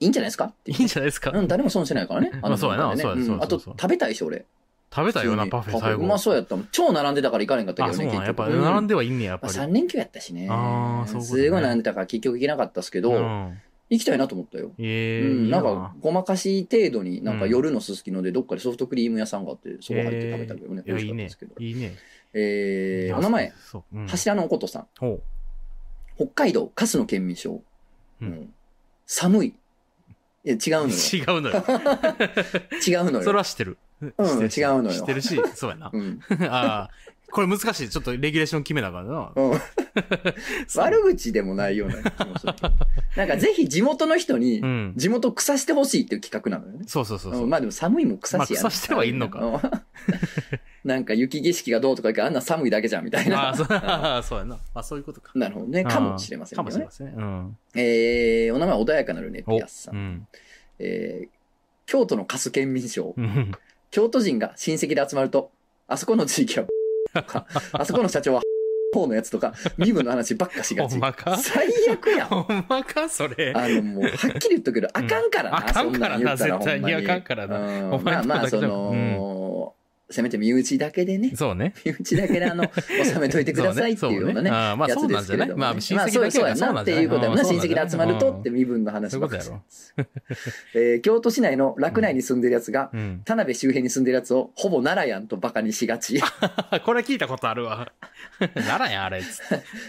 Speaker 1: いいんじゃないですかって
Speaker 2: い
Speaker 1: いう
Speaker 2: いんじゃないですか。
Speaker 1: うん、誰も損してないからね。
Speaker 2: まあそうやな
Speaker 1: の中でね
Speaker 2: そうやそうや
Speaker 1: んあと、
Speaker 2: そうや
Speaker 1: 食べたいし、俺。
Speaker 2: 食べたような
Speaker 1: 普通に
Speaker 2: パフェ最
Speaker 1: う
Speaker 2: 後。
Speaker 1: まそうやったもん。超並んでたから行かれんかった
Speaker 2: あ、
Speaker 1: けど
Speaker 2: そう
Speaker 1: ね、
Speaker 2: なんややっぱ
Speaker 1: うん
Speaker 2: 並んではいんねや、やっぱ
Speaker 1: まあ、
Speaker 2: り。
Speaker 1: 3連休やったしね。
Speaker 2: あーそういうことね
Speaker 1: すごい並んでたから結局行けなかったっすけど、
Speaker 2: うん。
Speaker 1: 行きたいなと思ったよ。
Speaker 2: ええ
Speaker 1: う
Speaker 2: い
Speaker 1: ん、
Speaker 2: い
Speaker 1: な
Speaker 2: なん
Speaker 1: か、ごまかし程度に、なんか
Speaker 2: うん
Speaker 1: 夜のすすきので、どっかでソフトクリーム屋さんがあって、そこ入って食べたけどね、
Speaker 2: えー
Speaker 1: 美
Speaker 2: いや、
Speaker 1: 味
Speaker 2: い
Speaker 1: しかっ
Speaker 2: い
Speaker 1: た
Speaker 2: ね
Speaker 1: ですけど。。
Speaker 2: いいね。
Speaker 1: えー、
Speaker 2: いや
Speaker 1: お名前、。
Speaker 2: そう。うん
Speaker 1: 柱のおことさん、
Speaker 2: ほう。
Speaker 1: 北海道カスの県民賞。
Speaker 2: うん
Speaker 1: うん寒い。いや、違うのよ。
Speaker 2: 違うのよ。
Speaker 1: 違うの
Speaker 2: それ
Speaker 1: よ。
Speaker 2: は知ってる。うん
Speaker 1: うん違うのよ
Speaker 2: 知ってるし、そうやな。 <laughs>
Speaker 1: うん。
Speaker 2: ああ、これ難しい。ちょっとレギュレーション決めなあからな。
Speaker 1: うん。
Speaker 2: そう
Speaker 1: 悪口でもないような気もするけど。なんかぜひ地元の人に
Speaker 2: う、ん。
Speaker 1: 地元腐してほしいっていう企画なのよね。
Speaker 2: そうそうそうそうう。
Speaker 1: んまあでも寒いも腐しやな
Speaker 2: まあ腐してはいんのか
Speaker 1: うんなんか雪景色がどうとか言うけど、あんな寒いだけじゃんみたい
Speaker 2: あ
Speaker 1: な
Speaker 2: あ。そうそうや <laughs> な。まあそういうことか。
Speaker 1: なるほどね。かもしれません
Speaker 2: か
Speaker 1: け
Speaker 2: も
Speaker 1: ど
Speaker 2: しれ
Speaker 1: ね
Speaker 2: ま。せん。うん。
Speaker 1: えー、お名前穏やかなるね、ピアスさ。
Speaker 2: うんん。
Speaker 1: えー、京都のカス県民賞。
Speaker 2: うん
Speaker 1: 京都人が親戚で集まると、あそこの地
Speaker 2: <laughs>
Speaker 1: 域はとか、あそこの社長は方のやつとか、身分の話ばっかしが
Speaker 2: <laughs> ほん
Speaker 1: ち。
Speaker 2: まか
Speaker 1: 最悪やん。
Speaker 2: ほんまかそれ。
Speaker 1: あの、もう、はっきり言っとくけど、あかんからな、
Speaker 2: あかんからな
Speaker 1: そんん言った
Speaker 2: 絶対に
Speaker 1: ほんま
Speaker 2: あかんからな
Speaker 1: うん
Speaker 2: お前
Speaker 1: まあ
Speaker 2: と
Speaker 1: まあ、
Speaker 2: だけ
Speaker 1: そ
Speaker 2: だ
Speaker 1: の、せめて身内だけでね、
Speaker 2: そうね。
Speaker 1: 身内だけで
Speaker 2: <laughs>
Speaker 1: あの、収めといてくださいっていうようなね。
Speaker 2: ああーまあ
Speaker 1: や
Speaker 2: そ
Speaker 1: つ
Speaker 2: う
Speaker 1: で
Speaker 2: なん
Speaker 1: す
Speaker 2: じ
Speaker 1: けれ
Speaker 2: ゃない
Speaker 1: どもね
Speaker 2: まあ親
Speaker 1: まあ
Speaker 2: 戚
Speaker 1: そうや
Speaker 2: だけ
Speaker 1: そう
Speaker 2: や
Speaker 1: や
Speaker 2: から
Speaker 1: なっていうことやな親戚で集まるとって。身分の話ばっかり
Speaker 2: そういうこ
Speaker 1: <laughs> えー京都市内の洛内に住んでるやつが
Speaker 2: うんうん
Speaker 1: 田辺周辺に住んでるやつをほぼ奈良やんとバカにしが
Speaker 2: <laughs>
Speaker 1: ち
Speaker 2: あこれ聞いたことある
Speaker 1: <laughs>
Speaker 2: わ。ならやんあれ。つ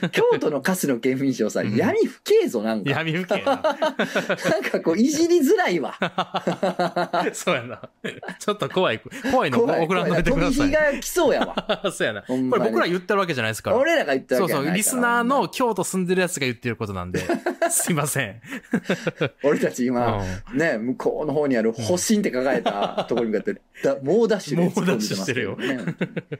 Speaker 2: って
Speaker 1: 京都のカスの県民賞さ
Speaker 2: うん
Speaker 1: 闇不敬ぞなんか
Speaker 2: 闇受けや
Speaker 1: なんかこういじりづらいわ <laughs>
Speaker 2: な。そうやな。ちょっと怖い。怖いの
Speaker 1: 怖い
Speaker 2: 送らんといてく
Speaker 1: 怖
Speaker 2: だ
Speaker 1: い飛
Speaker 2: さ
Speaker 1: び火
Speaker 2: い。
Speaker 1: が来そうやわ
Speaker 2: そうやな。こ
Speaker 1: ほ
Speaker 2: れ
Speaker 1: んまに
Speaker 2: 僕ら言ってるわけじゃないですから。
Speaker 1: 俺らが言った
Speaker 2: そ
Speaker 1: わ
Speaker 2: う
Speaker 1: けや
Speaker 2: そ
Speaker 1: ないか
Speaker 2: う、
Speaker 1: ら
Speaker 2: リスナーの京都住んでるやつが言ってることなんで、すいま
Speaker 1: <laughs>
Speaker 2: せん。
Speaker 1: 俺たち
Speaker 2: うん
Speaker 1: 今ね向こうの方にある「保身」って書かれたところに向
Speaker 2: <laughs>
Speaker 1: かってだ猛ダッシュで突っ込んできますけどね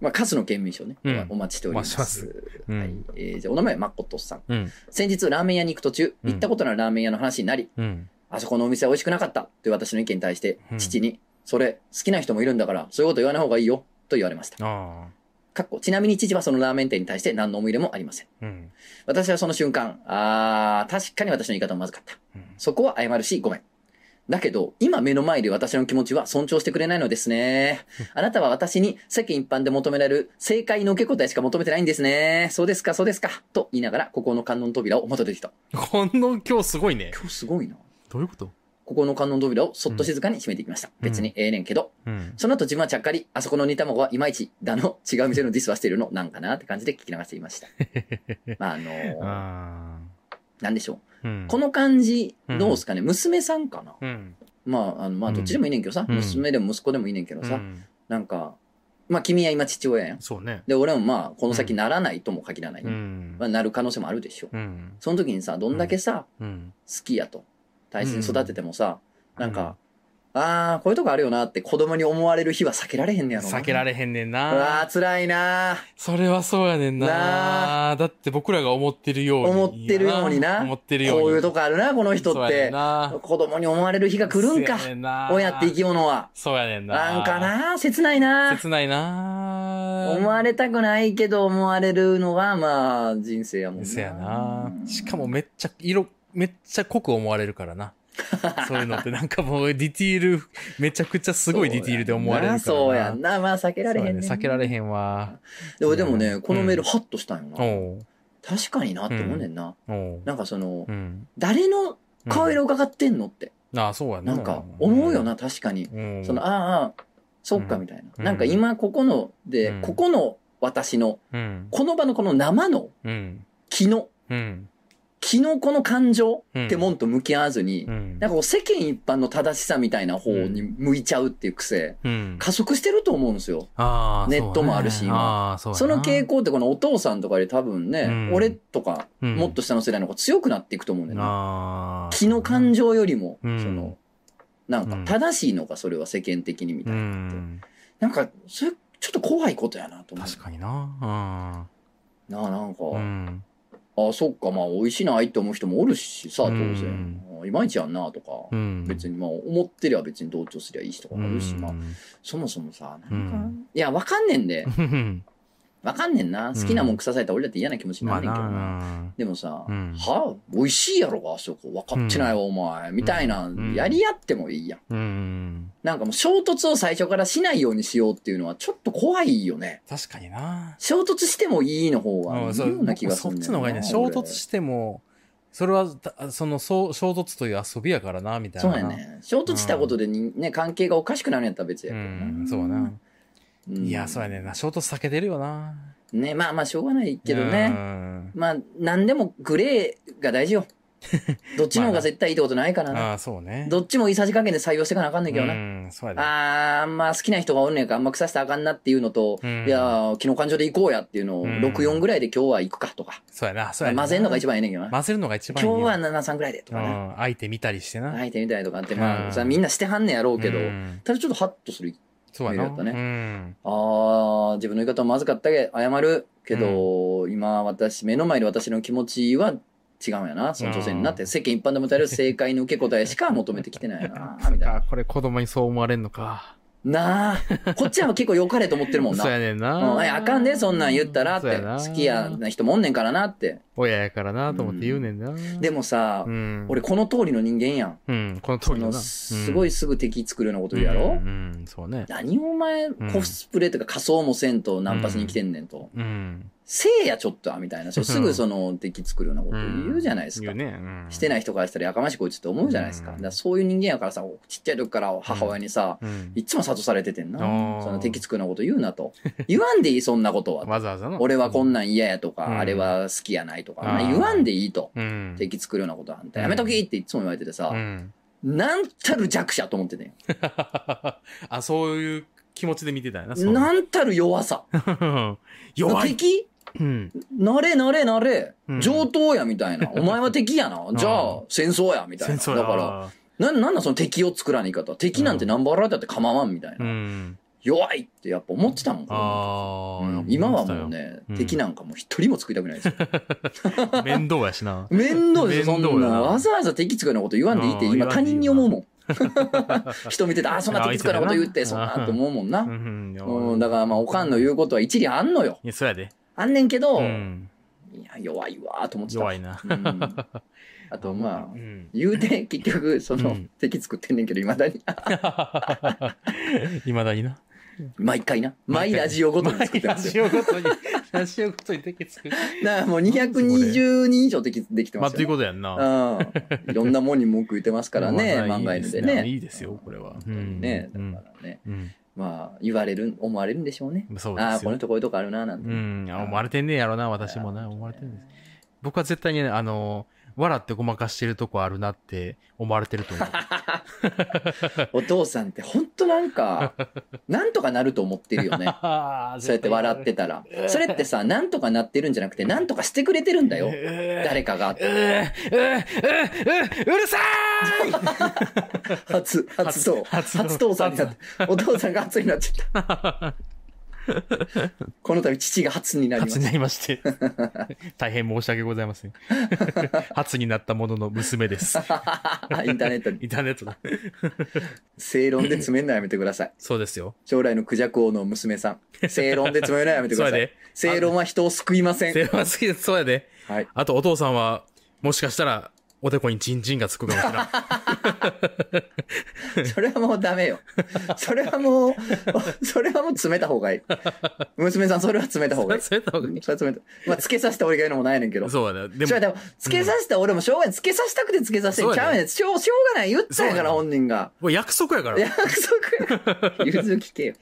Speaker 1: <laughs> まあカスの県民賞ね
Speaker 2: うん
Speaker 1: お待ちしております
Speaker 2: お待ちしうん
Speaker 1: はいえーじゃあお名前まことさん
Speaker 2: うん。
Speaker 1: 先日ラーメン屋に行く途中
Speaker 2: うん
Speaker 1: 行ったことのあるラーメン屋の話になり、
Speaker 2: うん。
Speaker 1: あそこのお店は美味しくなかったという私の意見に対して、
Speaker 2: うん
Speaker 1: 父に、それ、好きな人もいるんだから、そういうこと言わない方がいいよ、と言われました。
Speaker 2: あ
Speaker 1: かっこちなみに父はそのラーメン店に対して何の思い入れもありません。
Speaker 2: あ。うん。
Speaker 1: 私はその瞬間、あー、確かに私の言い方もまずかった。
Speaker 2: うん
Speaker 1: そこは謝るし、ごめん。だけど、今目の前で私の気持ちは尊重してくれないのですね。あなたは私に世間一般で求められる正解の受け答えしか求めてないんですね。そうですか、そうですか。と言いながら、ここの観音扉をまた出てきた。
Speaker 2: この今日すごいね。
Speaker 1: 今日すごいな。
Speaker 2: どういうこと
Speaker 1: ここの観音扉をそっと静かに閉めていきました。別にええねんけど、
Speaker 2: うん。
Speaker 1: その後自分はちゃっかり、あそこの煮卵はいまいちだの、違う店のディスはしてるの、なんかなって感じで聞き流していました。まあ、あのー、
Speaker 2: あ
Speaker 1: なんでしょ
Speaker 2: あ。う
Speaker 1: う。
Speaker 2: ん
Speaker 1: この感じ、どうすかね、娘さんかな
Speaker 2: うん。
Speaker 1: まあ、あの、まあ、どっちでもいいねんけどさ、
Speaker 2: うん
Speaker 1: 娘でも息子でもいいねんけど
Speaker 2: う
Speaker 1: さ、
Speaker 2: ん。
Speaker 1: なんか、まあ、君は今父親やん。
Speaker 2: そうね。
Speaker 1: で、俺もまあ、この先ならないとも限らない。
Speaker 2: うん
Speaker 1: ま。あ、なる可能性もあるでしょ。
Speaker 2: うん。
Speaker 1: その時にさ、どんだけさ、
Speaker 2: うん。
Speaker 1: 好きやと大切に育ててもさ、なんか、ああこういうとこあるよなって子供に思われる日は避けられへんねやろな
Speaker 2: 避けられへんねん
Speaker 1: うわあ
Speaker 2: な。
Speaker 1: 辛いな
Speaker 2: それはそうやねん
Speaker 1: な
Speaker 2: な。だって僕らが思ってるように。
Speaker 1: 思ってるようにな
Speaker 2: 思ってるように。
Speaker 1: こういうと
Speaker 2: こ
Speaker 1: こあるなこの人って
Speaker 2: が
Speaker 1: 子供に思われる日が来るんか親って生き物は
Speaker 2: そうやねんな。
Speaker 1: なんかな切ないな
Speaker 2: 切ないな。
Speaker 1: 思われたくないけど思われるのはまあ人生やもん
Speaker 2: せやな。しかもめっちゃ色、めっちゃ濃く思われるからな。そういうのってなんかもうディティール、めちゃくちゃすごいディティールで思われるからな。
Speaker 1: そうやんなまあ避けられへんねん
Speaker 2: そうや避けられへんわ。
Speaker 1: でもでもね
Speaker 2: うん
Speaker 1: このメールハッとしたんよな、
Speaker 2: おう
Speaker 1: 確かになって思うねんな、
Speaker 2: おう
Speaker 1: なんかその、
Speaker 2: うん。
Speaker 1: 誰の顔色伺ってんのって、
Speaker 2: ああ、そうやな。
Speaker 1: なんか思うよな確かに、
Speaker 2: うん。
Speaker 1: そのああああそっかみたいな、
Speaker 2: うん
Speaker 1: なんか今ここので、
Speaker 2: うん
Speaker 1: ここの私の、
Speaker 2: うん。
Speaker 1: この場のこの生の
Speaker 2: うん。
Speaker 1: 気の、
Speaker 2: うん。
Speaker 1: 気のこの感情ってもんと向き合わずに、
Speaker 2: うん
Speaker 1: なんかこう世間一般の正しさみたいな方に向いちゃうっていう癖、
Speaker 2: うん。
Speaker 1: 加速してると思うんですよ。
Speaker 2: ああ、
Speaker 1: ネットもあるし
Speaker 2: そうだねああ、そうだ
Speaker 1: そ
Speaker 2: な
Speaker 1: の傾向ってこのお父さんとかより多分ね、
Speaker 2: うん
Speaker 1: 俺とか、
Speaker 2: うん
Speaker 1: もっと下の世代の子強くなっていくと思うんだよね。
Speaker 2: ああ。
Speaker 1: 気の感情よりも、
Speaker 2: うん
Speaker 1: その、なんか
Speaker 2: うん
Speaker 1: 正しいのか、それは世間的にみた
Speaker 2: う
Speaker 1: いな。
Speaker 2: ん。
Speaker 1: なんか、それ、ちょっと怖いことやなと思う。
Speaker 2: 確かにな。
Speaker 1: なあ、なんか、
Speaker 2: うん。うん。
Speaker 1: ああ、そっか、まあ、美味しいないって思う人もおるしさ、当然。
Speaker 2: う
Speaker 1: ああいまいちやんなとか、
Speaker 2: うん。
Speaker 1: 別にまあ、思ってりゃ別に同調すりゃいいしとか
Speaker 2: う
Speaker 1: あるし、まあ、
Speaker 2: ん。
Speaker 1: そもそもさ、なんか、
Speaker 2: うん
Speaker 1: いや、わかんねんで、
Speaker 2: うん。
Speaker 1: わかんねんな。好きなもん腐されたら俺だって嫌な気持ちに
Speaker 2: ま
Speaker 1: なんねん
Speaker 2: あ
Speaker 1: けどな。
Speaker 2: な。
Speaker 1: でもさ、
Speaker 2: うん
Speaker 1: は美味しいやろが、あそこ。分かってないわ、お前。みたいな、
Speaker 2: ん
Speaker 1: やり合ってもいいやん。
Speaker 2: うん。
Speaker 1: なんかもう衝突を最初からしないようにしようっていうのはちょっと怖いよね。
Speaker 2: 確かにな。
Speaker 1: 衝突してもいいの方が、
Speaker 2: う
Speaker 1: い
Speaker 2: ん
Speaker 1: い
Speaker 2: そ
Speaker 1: よう
Speaker 2: う
Speaker 1: な気がす
Speaker 2: そ
Speaker 1: る
Speaker 2: っ
Speaker 1: んだ
Speaker 2: ち
Speaker 1: よな
Speaker 2: の方がいいね。衝
Speaker 1: 俺
Speaker 2: 突しても、それは、たその、そう衝突という遊びやからな、みたい
Speaker 1: そ
Speaker 2: な。
Speaker 1: うや。ね。衝突したことでに、ね、関係がおかしくなるんやったら別や
Speaker 2: う
Speaker 1: けどな。
Speaker 2: ん、そうやな。
Speaker 1: うん
Speaker 2: いや、そうやねんな。衝突避けてるよな。
Speaker 1: ね、まあまあ、しょうがないけど
Speaker 2: う
Speaker 1: ね。
Speaker 2: ん。
Speaker 1: まあ、なんでもグレーが
Speaker 2: <laughs>
Speaker 1: 大事よ。どっちの方が絶対いいってことないからな。
Speaker 2: ああ、そうね。
Speaker 1: どっちもいいさじ加減で採用していかなあかんねんけどな。
Speaker 2: うん、そうや
Speaker 1: あ
Speaker 2: ね。
Speaker 1: ーあんま好きな人がおるねんからあんま腐したらあかんなっていうのと、
Speaker 2: うん
Speaker 1: いやー昨日感情で行こうやっていうのを、
Speaker 2: うん
Speaker 1: 64ぐらいで今日は行くかとか、
Speaker 2: そうやな、そうやな
Speaker 1: 混ぜんのが一番ええねんけどな、
Speaker 2: 混ぜるのが一
Speaker 1: 今
Speaker 2: 番
Speaker 1: 日
Speaker 2: いいよ。
Speaker 1: は73ぐらいでとかね、
Speaker 2: うん、相手見たりしてな。
Speaker 1: 相手みたいとかってまあ、
Speaker 2: うん
Speaker 1: それはみんなしてはんねやろうけど、
Speaker 2: うん
Speaker 1: ただちょっとハッとする
Speaker 2: そうや
Speaker 1: メールだ
Speaker 2: な。
Speaker 1: った
Speaker 2: うん。
Speaker 1: あー自分の言い方まずかったけ謝るけど、今私目の前で私の気持ちは違うんやなその女性になって、世間一般でもたれる正解の受け答えしか求めてきてない
Speaker 2: <laughs>
Speaker 1: なみたいな
Speaker 2: あ、これ子供にそう思われんのか。
Speaker 1: な
Speaker 2: <laughs>
Speaker 1: あこっちは結構良かれと思ってるもんな
Speaker 2: そうやねん
Speaker 1: う
Speaker 2: な。
Speaker 1: ん、いやあかんで、そんなん言ったらっ
Speaker 2: そう
Speaker 1: て。
Speaker 2: やな
Speaker 1: 好きやな人もおんねんからなって。
Speaker 2: 親やからなと思って言うねんな。
Speaker 1: でもさ、
Speaker 2: うん、
Speaker 1: 俺、この通りの人間やん。
Speaker 2: うん、この通り
Speaker 1: あ
Speaker 2: の
Speaker 1: の
Speaker 2: な。
Speaker 1: すご
Speaker 2: い
Speaker 1: いすぐ敵作るようなこと言うやろ、
Speaker 2: うん、うんそうね。
Speaker 1: 何お前
Speaker 2: ん
Speaker 1: コスプレとか仮装もせんとナンパしに来てんねんと。
Speaker 2: うん。
Speaker 1: せいやちょっとみたいな。そうすぐその敵作るようなこと言うじゃないですか。
Speaker 2: 言うね。うん、
Speaker 1: してない人からしたらやかましいこいつって思うじゃないですか。
Speaker 2: うん
Speaker 1: だからそういう人間やからさ、ちっちゃい時から母親にさ、
Speaker 2: うん。
Speaker 1: いっつも諭されててんな。
Speaker 2: あー
Speaker 1: その敵作るようなこと言うなと。 <laughs> 言わんでいい、そんな
Speaker 2: <laughs>
Speaker 1: ことは。
Speaker 2: わざわざの。
Speaker 1: 俺はこんなん嫌やとか、
Speaker 2: うん
Speaker 1: あれは好きやないとか、
Speaker 2: うん
Speaker 1: あんな言わんでいいと。
Speaker 2: うん。
Speaker 1: 敵作るようなことはあんたやめときっていつも言われてて
Speaker 2: う
Speaker 1: さ、
Speaker 2: ん。 <laughs>
Speaker 1: なんたる弱者と思ってて
Speaker 2: あ、そういう気持ちで見てたんやな。そう
Speaker 1: なんたる弱さ。
Speaker 2: 弱い。
Speaker 1: 敵
Speaker 2: うん。
Speaker 1: なれなれなれ
Speaker 2: うん。
Speaker 1: 上等やみた
Speaker 2: <laughs>
Speaker 1: いな。お前は敵やな。じゃあ戦争やみたい
Speaker 2: 戦
Speaker 1: な。だ
Speaker 2: 争や
Speaker 1: から、な、なんなんその敵を作らない方。敵なんて何ばられたって構わんみたいうな。
Speaker 2: ん。
Speaker 1: 弱いってやっぱ思ってたもん。子供
Speaker 2: あ
Speaker 1: う
Speaker 2: あ
Speaker 1: ん、今はもう。ね、
Speaker 2: うん
Speaker 1: 敵なんかもう一人も作りたくないですよ。
Speaker 2: 面倒やしな。
Speaker 1: 面倒ですよ、そ
Speaker 2: <laughs> 面倒
Speaker 1: ん
Speaker 2: や
Speaker 1: な。
Speaker 2: な
Speaker 1: わざわざ敵作るようなこと言わんでいいって、
Speaker 2: うん
Speaker 1: 今
Speaker 2: 言わ
Speaker 1: 他
Speaker 2: んでいい
Speaker 1: 人に思うもん。 <laughs> 人見てて、あ、そんな敵作るようなこと言って、そん
Speaker 2: 相
Speaker 1: な
Speaker 2: 手だな
Speaker 1: と思うもん
Speaker 2: う
Speaker 1: な。
Speaker 2: ん。
Speaker 1: うん、だからまあ、おかんの言うことは一理あんのよ。
Speaker 2: いや、そうやで。
Speaker 1: あんねんけど、
Speaker 2: うん。
Speaker 1: いや、弱いわーと思ってた。
Speaker 2: 弱いな。
Speaker 1: うんあとま
Speaker 2: う
Speaker 1: あ、
Speaker 2: ん。
Speaker 1: 言うて、結局、そうの
Speaker 2: ん、
Speaker 1: 敵作ってんねんけど、いまだに。
Speaker 2: いまだにな。
Speaker 1: 毎回な。毎ラジオごとに作ってますよ。
Speaker 2: ラジオごとに、ラジオごとに敵
Speaker 1: <laughs>
Speaker 2: 作る。
Speaker 1: だからもう220人以上敵できて
Speaker 2: ま
Speaker 1: ま
Speaker 2: あ、
Speaker 1: す
Speaker 2: という
Speaker 1: よ。
Speaker 2: ことやんな。
Speaker 1: うん。いろんなもんに文句言ってますからね、
Speaker 2: まあ
Speaker 1: 漫画
Speaker 2: いい
Speaker 1: 犬
Speaker 2: す
Speaker 1: で
Speaker 2: ね
Speaker 1: ね。
Speaker 2: いいですよ、これは。うん
Speaker 1: ね、
Speaker 2: う
Speaker 1: だ
Speaker 2: ん
Speaker 1: からね。
Speaker 2: うん。
Speaker 1: まあ、言われる、思われるんでしょうね。
Speaker 2: そう
Speaker 1: あ
Speaker 2: で
Speaker 1: あ、
Speaker 2: す
Speaker 1: この
Speaker 2: よ。
Speaker 1: 人こういうとこあるな、なんて。
Speaker 2: うん。あ思われてんねやろな、私もな。思われてんです。僕は絶対にね、あの、笑ってごまかしてるとこあるなって思われてると <laughs> 思う。
Speaker 1: お父さんって本当なん
Speaker 2: <laughs>
Speaker 1: か、なんとかなると思ってるよね。そうやって笑ってたら。それってさ、なんとかなってるんじゃなくて、なんとかしてくれてるんだよ。誰かが。
Speaker 2: うるさ
Speaker 1: <laughs>
Speaker 2: い
Speaker 1: 初、初そう。
Speaker 2: 初
Speaker 1: 初父さんになって、お父さんが初になっちゃ
Speaker 2: <laughs>
Speaker 1: った。この度父が初になりま
Speaker 2: 初
Speaker 1: し
Speaker 2: にな
Speaker 1: た。
Speaker 2: りま
Speaker 1: <laughs>
Speaker 2: して。大変申し訳ございません。 <laughs> 初になったものの
Speaker 1: <laughs>
Speaker 2: 娘です。
Speaker 1: インターネットに
Speaker 2: インターネットだ。
Speaker 1: 正論で詰めるのやめてください。
Speaker 2: そうですよ。
Speaker 1: 将来のクジャク王の娘さん。正論で詰めるのやめてくだ
Speaker 2: そ
Speaker 1: さ
Speaker 2: うや
Speaker 1: い
Speaker 2: で。
Speaker 1: 正論は人を救いません。
Speaker 2: セイロン好きです。そうやで。
Speaker 1: はい。
Speaker 2: あと、お父さんは、もしかしたら、おでこにジンジンがつくかもしれない。
Speaker 1: それはもうダメよ。それはもう、 <laughs> それはもう詰めた方がいい。娘さん、それは詰めた方がいい。そ
Speaker 2: <laughs> そうやった方がい
Speaker 1: れは詰めた。まあ、つけさせた俺が言うのもないねんけど。
Speaker 2: いそうだね。で
Speaker 1: 違う、で
Speaker 2: も、
Speaker 1: も、つけさせた俺もしょうがない。つけさせたくてつけさせて
Speaker 2: そ
Speaker 1: ん
Speaker 2: う
Speaker 1: ち
Speaker 2: やね
Speaker 1: ゃうねん。しょう、しょうがない。言ったんやから、
Speaker 2: そう
Speaker 1: 本人が。
Speaker 2: もう約束やから。
Speaker 1: 約束 <laughs> や。ゆず聞けよ。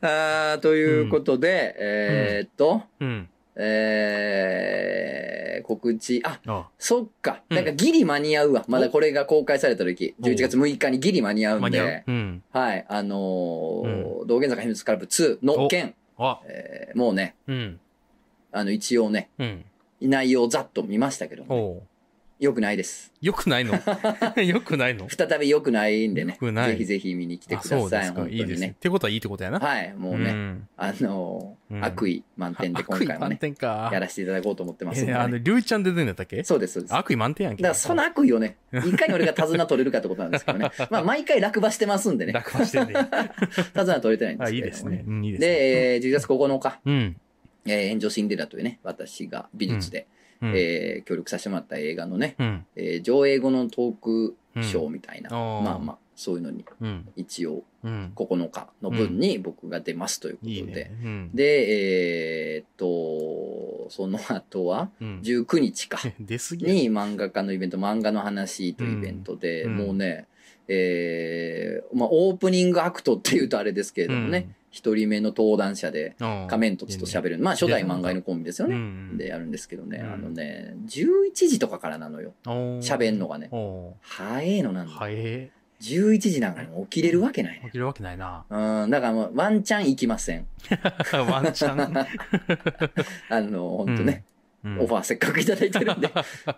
Speaker 1: あーということで、えーっと、
Speaker 2: うん。
Speaker 1: えー、告知、あ、
Speaker 2: あ
Speaker 1: そっか。
Speaker 2: うん
Speaker 1: なんかギリ間に合うわ。まだこれが公開された時、
Speaker 2: お
Speaker 1: 11月6日にギリ間に合
Speaker 2: あ、
Speaker 1: う
Speaker 2: 間
Speaker 1: ん
Speaker 2: に合う
Speaker 1: で。、
Speaker 2: うん。
Speaker 1: はい、あのー道玄坂秘密クラブ2の件、
Speaker 2: あ、
Speaker 1: えーもうね、
Speaker 2: うん。
Speaker 1: あの、一応ね、
Speaker 2: うん。
Speaker 1: 内容をざっと見ましたけど、
Speaker 2: おう。
Speaker 1: よくないです。
Speaker 2: よ
Speaker 1: <laughs>
Speaker 2: くないのよくないの
Speaker 1: 再び良くないんでね。
Speaker 2: 良くない
Speaker 1: ぜひぜひ見に来て
Speaker 2: あ
Speaker 1: くだ
Speaker 2: そう
Speaker 1: さい。
Speaker 2: です
Speaker 1: 本当
Speaker 2: か。いいで
Speaker 1: に
Speaker 2: すね。っ
Speaker 1: ね。
Speaker 2: てことはいいってことやな。
Speaker 1: はい、もうね、
Speaker 2: ん。
Speaker 1: あのー
Speaker 2: うん
Speaker 1: 悪意満点で今
Speaker 2: 悪意
Speaker 1: 回は
Speaker 2: 満
Speaker 1: ね、
Speaker 2: 点か。
Speaker 1: やらせていただこうと思ってますんで
Speaker 2: え
Speaker 1: ね、
Speaker 2: あの、りゅうちゃん出てんだったっけ
Speaker 1: そうです、そうです。だか
Speaker 2: 悪意満点やんけ。
Speaker 1: らその悪意をね、いかに俺が手綱取れるかってことなんですけどね。まあ、毎回落馬してますんでね、
Speaker 2: 楽はしてんね。
Speaker 1: <laughs> 手綱取れてないんで
Speaker 2: あ、
Speaker 1: すけ
Speaker 2: いい
Speaker 1: れ
Speaker 2: で
Speaker 1: ど
Speaker 2: す
Speaker 1: もね
Speaker 2: ね。。うん、いいですね。
Speaker 1: で、えー10月9日、
Speaker 2: うん。
Speaker 1: えー、炎上シンデレラというね、私が美術で、
Speaker 2: うん。
Speaker 1: えー協力させてもらった映画のね、
Speaker 2: うん。
Speaker 1: えー上映後のトークショーみたいな、
Speaker 2: うんあー
Speaker 1: まあまあ、そういうのに
Speaker 2: うん。
Speaker 1: 一応
Speaker 2: うん。
Speaker 1: 9日の分に僕が出ますということで、
Speaker 2: いいね。うん。
Speaker 1: で、えーっと、その後は、
Speaker 2: うん
Speaker 1: 19日か、
Speaker 2: 出すぎや
Speaker 1: に漫画家のイベント、漫画の話というイベントで、
Speaker 2: うん
Speaker 1: もうね、えーまあ、オープニングアクトっていうとあれですけれどもね、一、人目の登壇者で、
Speaker 2: うん
Speaker 1: 仮面凸と喋る、まあ、初代漫画家のコンビですよ
Speaker 2: う
Speaker 1: ね。
Speaker 2: ん
Speaker 1: で、やるんですけどね、
Speaker 2: うん
Speaker 1: あのね、11時とかからなのよ、喋んのがね。
Speaker 2: お
Speaker 1: 早いのなん
Speaker 2: ー
Speaker 1: だ。
Speaker 2: 早え。
Speaker 1: 11時なんかに起きれるわけない
Speaker 2: 起
Speaker 1: ね。
Speaker 2: きるわけないな。
Speaker 1: うん、だからもうワンチャン行きません。
Speaker 2: <laughs> ワンチャン。
Speaker 1: あの、本当ね、
Speaker 2: うん
Speaker 1: オファーせっかくいただいてるんで、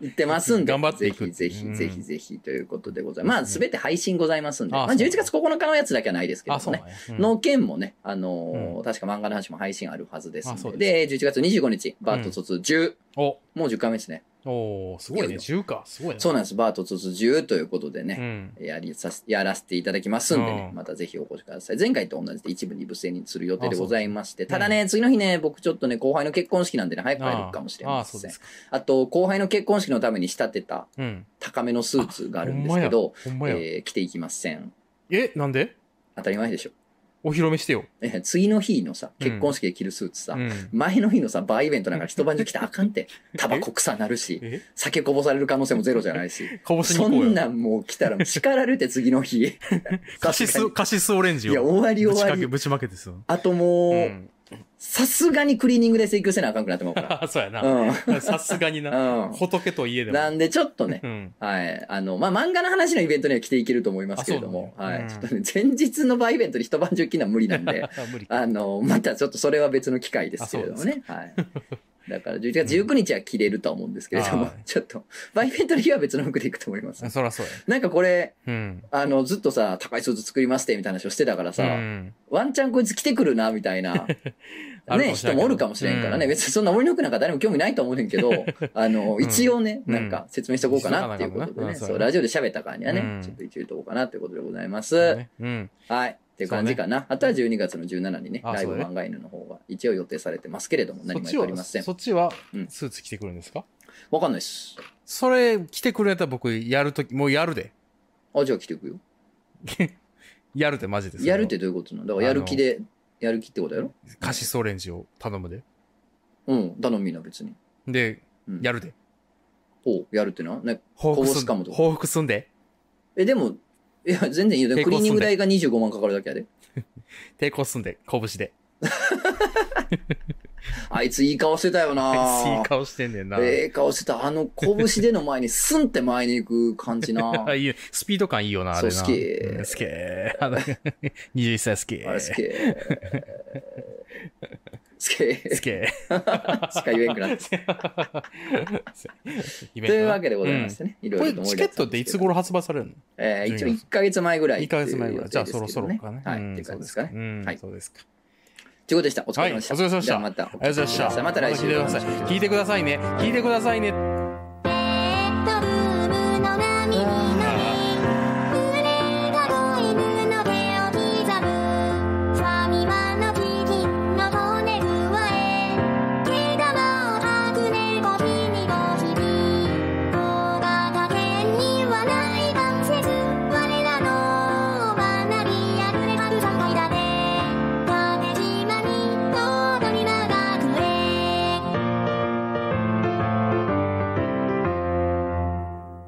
Speaker 1: 行ってますんで。
Speaker 2: 頑張っていく
Speaker 1: ぜひぜひ
Speaker 2: うん
Speaker 1: ぜひぜひということでございます。まあ、すべて配信ございますんで。
Speaker 2: あ
Speaker 1: まあ、
Speaker 2: そう
Speaker 1: 11月9日のやつだけはないですけど
Speaker 2: <laughs> あ、
Speaker 1: も
Speaker 2: そう
Speaker 1: ね。
Speaker 2: ね。
Speaker 1: の件もね、あのー
Speaker 2: う
Speaker 1: 確か漫画の話も配信あるはずです
Speaker 2: あそ
Speaker 1: の
Speaker 2: う
Speaker 1: で。で、11月25日、バート卒10。
Speaker 2: お、
Speaker 1: もう10回目ですね。
Speaker 2: おーすごい
Speaker 1: いよい
Speaker 2: ね。
Speaker 1: よ
Speaker 2: 10か。すごいね。
Speaker 1: そう
Speaker 2: う
Speaker 1: なんです。バート卒10ということでね。
Speaker 2: ん。
Speaker 1: やりさせやらせていただきますんでね、
Speaker 2: うん
Speaker 1: またぜひお越しください。前回と同じで一部二部制にする予定でございまして、
Speaker 2: あそ
Speaker 1: た
Speaker 2: う
Speaker 1: だね、次の日ね、僕ちょっとね、後輩の結婚式なんでね、早く帰るかもしれ
Speaker 2: あーあ
Speaker 1: ま
Speaker 2: ー、そう
Speaker 1: せん
Speaker 2: で。すか。
Speaker 1: あと、後輩の結婚式のために仕立てた
Speaker 2: うん。
Speaker 1: 高めのスーツがあるんですけど、
Speaker 2: ほんまや。
Speaker 1: えー着ていきません。
Speaker 2: え、なんで
Speaker 1: 当たり前でしょ。
Speaker 2: お披露目してよ。
Speaker 1: え次の日のさ、
Speaker 2: うん
Speaker 1: 結婚式で着るスーツさ、
Speaker 2: うん
Speaker 1: 前の日のさ、バーイベントなんか一晩中着たらあかん
Speaker 2: <laughs>
Speaker 1: って、タバコ臭なるし、
Speaker 2: え
Speaker 1: 酒こぼされる可能性もゼロじゃないし、
Speaker 2: かぼしに行
Speaker 1: そ
Speaker 2: こうんよ。
Speaker 1: なんもう着たらも
Speaker 2: <laughs>
Speaker 1: う叱られて次の日。
Speaker 2: カシス、カシスオレン
Speaker 1: い
Speaker 2: ジ
Speaker 1: や、
Speaker 2: を。
Speaker 1: 終わり
Speaker 2: ぶち
Speaker 1: 終わ
Speaker 2: かけ、
Speaker 1: り。
Speaker 2: ぶちまけてす。
Speaker 1: あとも
Speaker 2: う
Speaker 1: う、
Speaker 2: ん。
Speaker 1: さすがにクリーニングで請求せなあかんくなってもうか
Speaker 2: あ、そうや
Speaker 1: ら。
Speaker 2: <laughs> な。
Speaker 1: うん。
Speaker 2: さすがにな。
Speaker 1: う
Speaker 2: 仏といえで
Speaker 1: ん。
Speaker 2: も。
Speaker 1: なんでちょっとね
Speaker 2: う、ん。
Speaker 1: はい。あの、まあ、漫画の話のイベントには来ていけると思いますけれども、
Speaker 2: あそう
Speaker 1: は
Speaker 2: なん
Speaker 1: い。
Speaker 2: やうん
Speaker 1: ちょっとね、前日のバーイベントで一晩中着るのは無理なんで
Speaker 2: <laughs> あ、無理。
Speaker 1: あの、またちょっとそれは別の機会ですけれどもね、はい。だから11月19日は着れるとは思うんですけれども、
Speaker 2: うんあー
Speaker 1: ちょっと、バーイベントの日は別の服で行くと思います。
Speaker 2: そらそうや。
Speaker 1: なんかこれ、
Speaker 2: うん。
Speaker 1: あの、ずっとさ、高いスーツ作りまして、みたいな話をしてたからさ、
Speaker 2: うん。
Speaker 1: ワンチャンこいつ来てくるな、みたい
Speaker 2: <laughs>
Speaker 1: な。
Speaker 2: あるか
Speaker 1: ね、
Speaker 2: もしれ
Speaker 1: 人
Speaker 2: んけど
Speaker 1: もおるかもしれんからね。
Speaker 2: うん
Speaker 1: 別にそんな俺の服なんか誰も興味ないと思うねんけ
Speaker 2: <laughs>
Speaker 1: ど、あの、一応ね、
Speaker 2: うん
Speaker 1: なんか説明しておこうかなっていうことで
Speaker 2: う
Speaker 1: ね。
Speaker 2: ん
Speaker 1: そう、ラジオで喋ったからには
Speaker 2: う
Speaker 1: ね
Speaker 2: ん、
Speaker 1: ちょっと一応言っとこうかなっていうことでございま
Speaker 2: そう
Speaker 1: す。
Speaker 2: ねうん。
Speaker 1: はい。っていう感じかな。あとは12月の17にね、
Speaker 2: あ
Speaker 1: ライブ
Speaker 2: そうね
Speaker 1: 漫画犬の方が一応予定されてますけれども、
Speaker 2: そ
Speaker 1: 何
Speaker 2: っ
Speaker 1: も
Speaker 2: ち
Speaker 1: やっておりま
Speaker 2: は、
Speaker 1: せん
Speaker 2: そ。っちは
Speaker 1: うん、
Speaker 2: スーツ着てくるんですか
Speaker 1: わかんないっす。
Speaker 2: それ、着てくるやったら僕、やるとき、もうやるで。
Speaker 1: あ、じゃあ来てくよ。
Speaker 2: やるで、マジで。
Speaker 1: やるってどういうことなのだからやる気で、やる気ってことやろ
Speaker 2: その。カシスオレンジを頼むで。
Speaker 1: うん、頼みな別に。
Speaker 2: で
Speaker 1: うん、
Speaker 2: やるで。
Speaker 1: おうやるってな。ね、
Speaker 2: 報
Speaker 1: こ
Speaker 2: 復
Speaker 1: ぼす
Speaker 2: す
Speaker 1: かも
Speaker 2: ん
Speaker 1: と
Speaker 2: で。報復すんで。
Speaker 1: え、でも、いや、全然いいよ。でも
Speaker 2: 抵
Speaker 1: ク
Speaker 2: 抗
Speaker 1: リーニング
Speaker 2: すん
Speaker 1: 代が25万かかるだけやで。
Speaker 2: 抵抗すんで。拳で。
Speaker 1: あいついい顔してたよな
Speaker 2: <laughs> あいついい顔してんねんな。
Speaker 1: ええ顔してた。あの拳での前にスンって前に行く感じ
Speaker 2: <laughs>
Speaker 1: なあ
Speaker 2: あ
Speaker 1: れ
Speaker 2: いいスピード感いいよな、あれ
Speaker 1: そう好
Speaker 2: な。
Speaker 1: き
Speaker 2: うん好き。 <laughs> あの21歳好き。
Speaker 1: 好き。好 <laughs>
Speaker 2: <laughs> 好
Speaker 1: き。
Speaker 2: き。
Speaker 1: しか言えんくなっ
Speaker 2: <laughs>
Speaker 1: た。
Speaker 2: イベン
Speaker 1: と
Speaker 2: トな
Speaker 1: いうわけでございましてね。いろい
Speaker 2: こ
Speaker 1: ろ
Speaker 2: れ
Speaker 1: と思い
Speaker 2: チ
Speaker 1: 出
Speaker 2: ケ
Speaker 1: し
Speaker 2: ットっていつ頃発売されるの
Speaker 1: えー一応
Speaker 2: 12
Speaker 1: 1ヶ月前ぐらい。
Speaker 2: ?2 ヶ月前ぐらい。じゃあそろそろかね。
Speaker 1: はい。
Speaker 2: うん
Speaker 1: っていう感じですかね。
Speaker 2: うん
Speaker 1: はい
Speaker 2: そうですか。
Speaker 1: ということでした。お疲れ様でした。
Speaker 2: はいお疲れ様でし
Speaker 1: じ
Speaker 2: た
Speaker 1: ゃあまた。
Speaker 2: ありがとうございました。
Speaker 1: また来
Speaker 2: 聞い
Speaker 1: 週
Speaker 2: てく。ださい。聞いてくださいね。聞いてくださいね。
Speaker 5: ベッドルームの涙